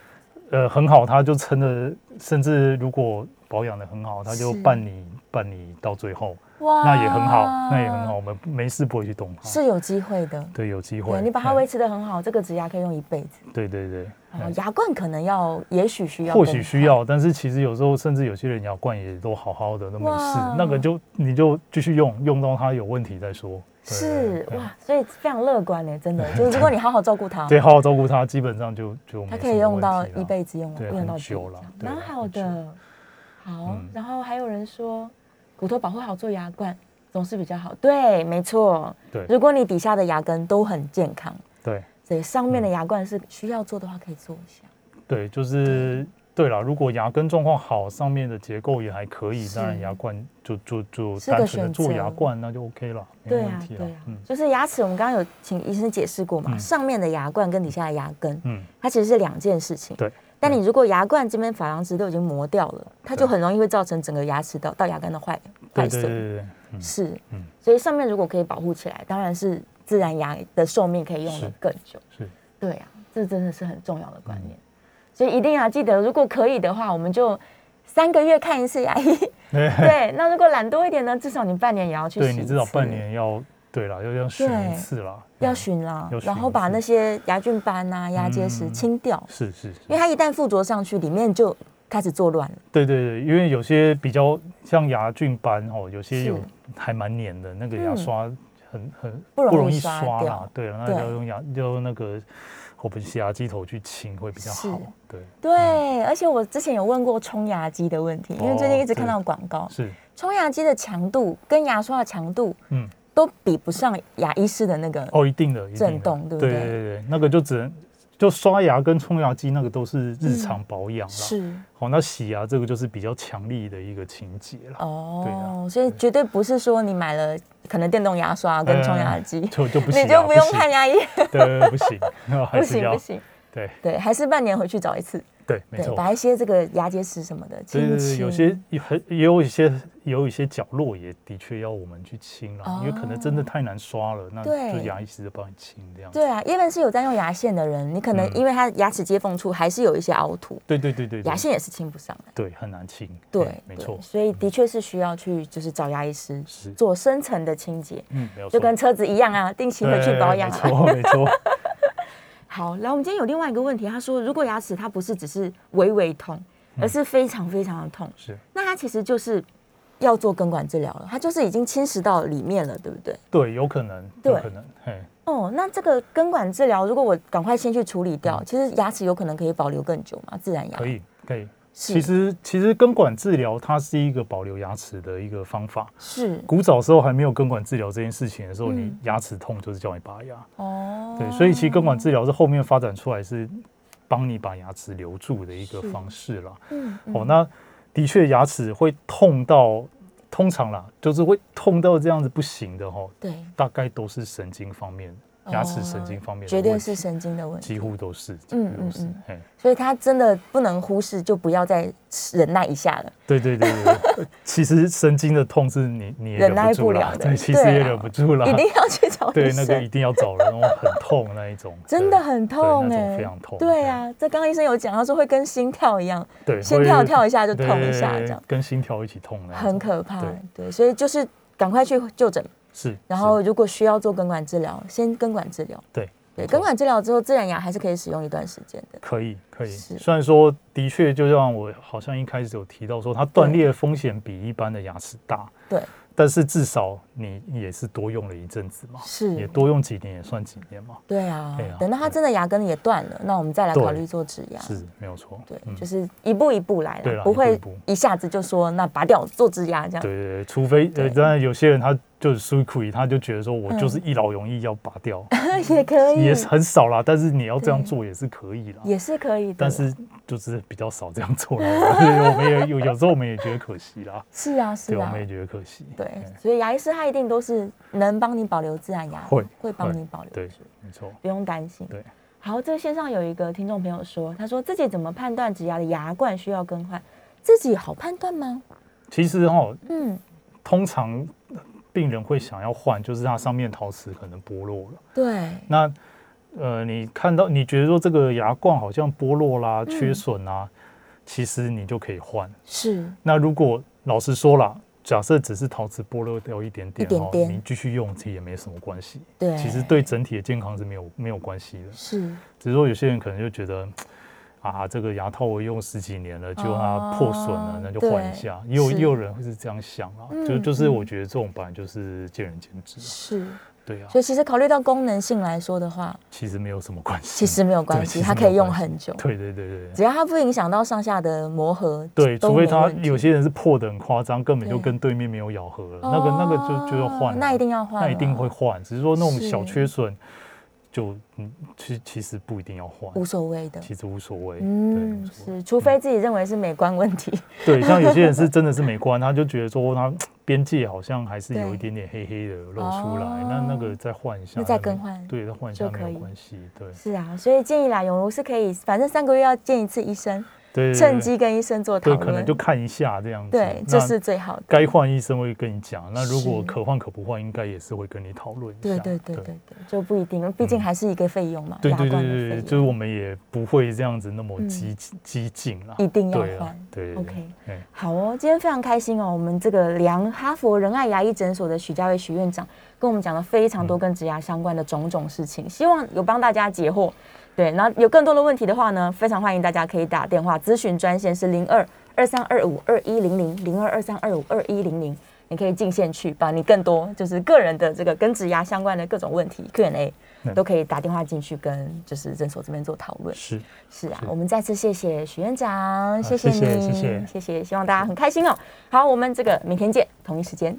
C: 呃，很好，它就撑了，甚至如果保养的很好，它就是伴你伴你到最后，
B: 哇
C: 那也很好，那也很好，，我们没事不会去动它。
B: 啊是有机会的。
C: 对，有机会
B: 对你把它维
C: 持，
B: 持的很好，这个植牙可以用一辈子。
C: 对对对，
B: 然后
C: 嗯
B: 牙冠可能要，也许需要，
C: 或许需。要，但是其实有时候甚至有些人牙冠也都好好的，都没事
B: 哇，
C: 那个就你就继续用，用到它有问题再说。对
B: 是，
C: 对
B: 哇，所以非常乐观
C: [laughs]
B: 呢，真的。就是如果你好好照顾它，
C: 对，好好照顾它，基本上就就没
B: 它
C: 什
B: 可以
C: 么
B: 用
C: 问
B: 到
C: 题啦
B: 一辈子用完，
C: 对
B: 用到
C: 很久了对
B: 蛮
C: 很
B: 好的。好
C: 嗯，
B: 然后还有人说，骨头保护好做牙冠总是比较好。对，没错。
C: 对
B: 如果你底下的牙根都很健康，
C: 对
B: 所以上面的
C: 嗯
B: 牙冠是需要做的话可以做一下。
C: 对，就是对了。如果牙根状况好，上面的结构也还可以，当然
B: 是
C: 牙冠就就就
B: 是个
C: 单纯的做
B: 选择
C: 牙冠那就 OK 了，没
B: 对
C: 问
B: 啊，
C: 题了
B: 对啊。，
C: 嗯
B: 就是牙齿，我们刚刚有请医生解释过嘛，
C: 嗯
B: 上面的牙冠跟底下的牙根，
C: 嗯，
B: 它其实是两件事情。
C: 对。
B: 但你如果牙冠这边珐琅质都已经磨掉了，它就很容易会造成整个牙齿到到牙根的坏坏
C: 对对
B: 损。
C: 对对对，嗯
B: 是，
C: 嗯
B: 所以上面如果可以保护起来，当然是自然牙的寿命可以用的
C: 是
B: 更久。
C: 是
B: 对啊，这真的是很重要的观
C: 嗯
B: 念。所以一定要记得，如果可以的话，我们就三个月看一次牙
C: [laughs]
B: 医。对，那如果懒多一点呢，至少你半年也要去。
C: [laughs] 对你至少半。年要对了，要要巡一次啦，
B: 要
C: 嗯
B: 巡啦
C: 要，
B: 然
C: 巡
B: 后
C: 一
B: 把
C: 次
B: 那些牙菌斑啊、牙结石
C: 嗯
B: 清掉，
C: 是是，是
B: 因为它一旦附着上去，里面就开始作乱了。
C: 对对对，因为有些比较像牙菌斑哦，有些有
B: 是
C: 还蛮黏的，那个牙
B: 嗯
C: 刷很很
B: 不容易
C: 易
B: 刷
C: 刷
B: 掉
C: 啦。对，那
B: 对
C: 要用牙要用那个我们洗牙机头去清会比较
B: 是
C: 好。对，
B: 对，而且我之前有问过冲牙机的问题，因为最近一直看到广告，
C: 是，
B: 冲牙机的强度跟牙刷的强度
C: 嗯，
B: 都比不上牙医师的那个。
C: 哦，一定的，一定的
B: 震动对不
C: 对
B: 对
C: 对对，那个就只能就刷牙跟冲牙机那个都是日常保养啦。
B: 嗯是啊
C: 好，那洗牙这个就是比较强力的一个情节啦。对
B: 哦，
C: 啊
B: 所以绝对不是说你买了可能电动牙刷跟冲牙机，
C: 呃就就不行啊，
B: 你就不用
C: 行
B: 看，牙医，
C: [laughs] 对对，对不行，哦还
B: 不
C: 是
B: 行
C: 要
B: 不行。
C: 对
B: 对，还是半年回去找一次，
C: 对，没
B: 对，
C: 错。
B: 把一些这个牙结石什么的
C: 对
B: 清
C: 对
B: 清。
C: 对，有些也很也有一些也有一些角落也的确要我们去清啦，因为可能真的太难刷了，那
B: 哦对
C: 就牙医师帮你清这样子。
B: 对啊，因为是有在用牙线的人，你可能
C: 嗯
B: 因为他牙齿接缝处还是有一些凹凸，
C: 对对对对对
B: 牙，线也是清不上来。
C: 对很难清。
B: 对
C: 嗯，没
B: 对
C: 错，
B: 所以的确是需要去就是找牙医师
C: 是
B: 做深层的清洁，
C: 嗯，没有
B: 就
C: 错，
B: 跟车子一样啊，定期回去
C: 对
B: 保养
C: 没
B: 啊。
C: 错没
B: [laughs]
C: 错，
B: 好，然后我们今天有另外一个问题，他说如果牙齿它不是只是微微痛，
C: 嗯
B: 而是非常非常的痛，
C: 是
B: 那它其实就是要做根管治疗了，它就是已经侵蚀到里面了，对不对？
C: 对，有可能，有
B: 对
C: 可能，嘿，
B: 哦，那这个根管治疗，如果我赶快先去处理掉，其实牙齿有可能可以保留更久嘛，自然牙
C: 嗯可。以可以。
B: 是
C: 其实其实根管治疗它是一个保留牙齿的一个方法。
B: 是
C: 古早时候还没有根管治疗这件事情的时候，你
B: 嗯
C: 牙齿痛就是叫你拔牙，
B: 哦，
C: 对，所以其实根管治疗是后面发展出来是帮你把牙齿留住的一个
B: 是
C: 方式啦。
B: 嗯，嗯
C: 哦，那的确牙齿会痛到，通常啦，就是会痛到这样子不行的哦，
B: 对，
C: 大概都是神经方面，牙齿神经方面的
B: 哦绝
C: 问题、
B: 对是神经的问题，
C: 几乎都是，几
B: 嗯
C: 乎都是，
B: 嗯嗯
C: 嘿
B: 所以它真的不能忽视，就不要再忍耐一下了。
C: 对对对对对， [laughs] 呃其实神经的痛是你你也
B: 忍
C: 忍
B: 耐
C: 不
B: 不
C: 住啦
B: 了的
C: 对，其实
B: 对
C: 也
B: 啊
C: 忍不住啦，
B: 一定要去找医
C: [laughs] 对那个
B: 生
C: 一，定要找人，那种很痛那一种，
B: 真
C: 对
B: 的很痛
C: 对那
B: 哎，
C: 种非常痛
B: 对啊，这刚刚医生有讲，他说会跟心跳一样，
C: 对，
B: 心
C: 会
B: 跳跳一下就痛一
C: 对
B: 下这样
C: 跟心跳一起痛那一
B: 很
C: 种
B: 可怕
C: 对。
B: 对，所以就是赶快去就诊，
C: 是，
B: 然
C: 是
B: 后如果需要做根管治疗，先根管治疗。
C: 对
B: 对，
C: 没错
B: 根管治疗之后，自然牙还是可以使用一段时间的。
C: 可以，可以。
B: 是
C: 虽然说，的确，就像我好像一开始有提到说，它断裂的风险比一般的牙齿大，
B: 对，
C: 但是至少你也是多用了一阵子嘛，也
B: 是，
C: 多用几年也算几年嘛，
B: 对啊
C: 对啊。
B: 等到它真的牙根也断了，那我们再来
C: 对
B: 考虑做植牙。
C: 是没有错。
B: 啊对，
C: 嗯
B: 就。是一步一步来
C: 对
B: 啦，
C: 啦
B: 不
C: 一
B: 会
C: 步一步
B: 一下子就说那拔掉做植牙这样。
C: 对对对，除非
B: 对
C: 呃，当然有些人他就是苏苦以，他就觉得说我
B: 嗯
C: 就是一劳永逸要拔
B: [laughs]
C: 掉，
B: 也可以，
C: 也是很少啦。但是你要这样
B: 对
C: 做也是可以啦，
B: 也是可以的。
C: 但是就是比较少这样做啦。 [laughs] 我们也有有时候我们也觉得可惜啦，
B: 是啊，是
C: 对，我
B: 啊
C: 们，也觉得可惜。
B: 对
C: 哎，
B: 所以牙医师他一定都是能帮你保留自然牙，
C: 会
B: 会帮
C: 会
B: 你保留
C: 对
B: 住，，
C: 没错，
B: 不用担心。
C: 对。
B: 好，这个线上有一个听众朋友说，他说自己怎么判断植牙的牙冠需要更换，自己好判断吗？
C: 其实哈，
B: 嗯，
C: 通常病人会想要换，就是它上面陶瓷可能剥落了。
B: 对，
C: 那呃，你看到你觉得说这个牙冠好像剥落啦、
B: 嗯
C: 缺损啊，其实你就可以换。
B: 是
C: 那如果老实说啦，假设只是陶瓷剥落掉一点点
B: 一点
C: 哦，
B: 点
C: 你继续用其实也没什么关系。
B: 对
C: 其实对整体的健康是没有没有关系的。
B: 是
C: 只是说有些人可能就觉得。啊，这个牙套我用十几年了，就它破损了，
B: 哦
C: 那就换一下。也有
B: 是
C: 也有人会是这样想啊，就
B: 嗯
C: 就是
B: 嗯
C: 我觉得这种本来就是见仁见智啊，
B: 是，
C: 对啊
B: 所，以其实考虑到功能性来说的话，
C: 其实没有什么关系。
B: 其实没有关
C: 对
B: 系，
C: 其实
B: 它
C: 没
B: 可以
C: 有
B: 用
C: 关系
B: 很久，
C: 对对对对
B: 只要它不影响到上下的磨合，
C: 对，
B: 都
C: 除非
B: 没
C: 它
B: 问题
C: 有些人是破的很夸张，根本就
B: 对
C: 跟对面没有咬合了，那个那个就就要换
B: 哦
C: 了，
B: 那一定要换，
C: 那一定会，换，只是说那种小
B: 是
C: 缺损就嗯，其其实不一定要换，
B: 无所谓的。
C: 其实无所谓，对
B: 嗯
C: 无，所谓
B: 是，除非自己认为是美观问题， [laughs]
C: 对，像有些人是真的是美观，他就觉得说他边界好像还是有
B: 对
C: 一点点黑黑的露出来，
B: 哦
C: 那那个再换一下，
B: 那再
C: 那个
B: 更换
C: 对，再换一
B: 就
C: 下
B: 可
C: 没
B: 以
C: 有关系，对
B: 是啊，所以建议啦，永如是可以，反正三个月要见一次医生，
C: 对，对
B: 趁机跟医生做讨
C: 对，对可能
B: 论
C: 就，看一下这样子，
B: 对，
C: 那
B: 这是最好的。
C: 该换医生会跟你讲，那如果
B: 是
C: 可换可不换，应该也是会跟你讨论一
B: 对
C: 下，
B: 对对对对，就不一定，毕竟还是一个费用嘛，
C: 对
B: 牙
C: 对
B: 冠
C: 对
B: 的
C: 对
B: 费
C: 对，
B: 用
C: 就是我们也不会这样子那么
B: 嗯
C: 激激进啦，
B: 一定要
C: 对啊
B: 换
C: 对
B: OK
C: 哎
B: 好哦，今天非常开心哦，我们这个良哈佛仁爱牙医诊所的许家伟许院长跟我们讲了非常多跟植牙相关的种种事情，希望有帮大家解惑。对，然后有更多的问题的话呢，非常欢迎大家可以打电话咨询专线是零二二三二五二一零零零二二三二五二一零零，你可以进线去把你更多就是个人的这个跟植牙相关的各种问题 Q&A
C: 嗯
B: 都可以打电话进去跟就是诊所这边做讨论。
C: 是，
B: 是啊，
C: 是
B: 我们再次谢谢许院长，谢
C: 谢
B: 你，
C: 谢谢谢
B: 谢谢希望大家很开心哦。好，我们这个明天见，同一时间，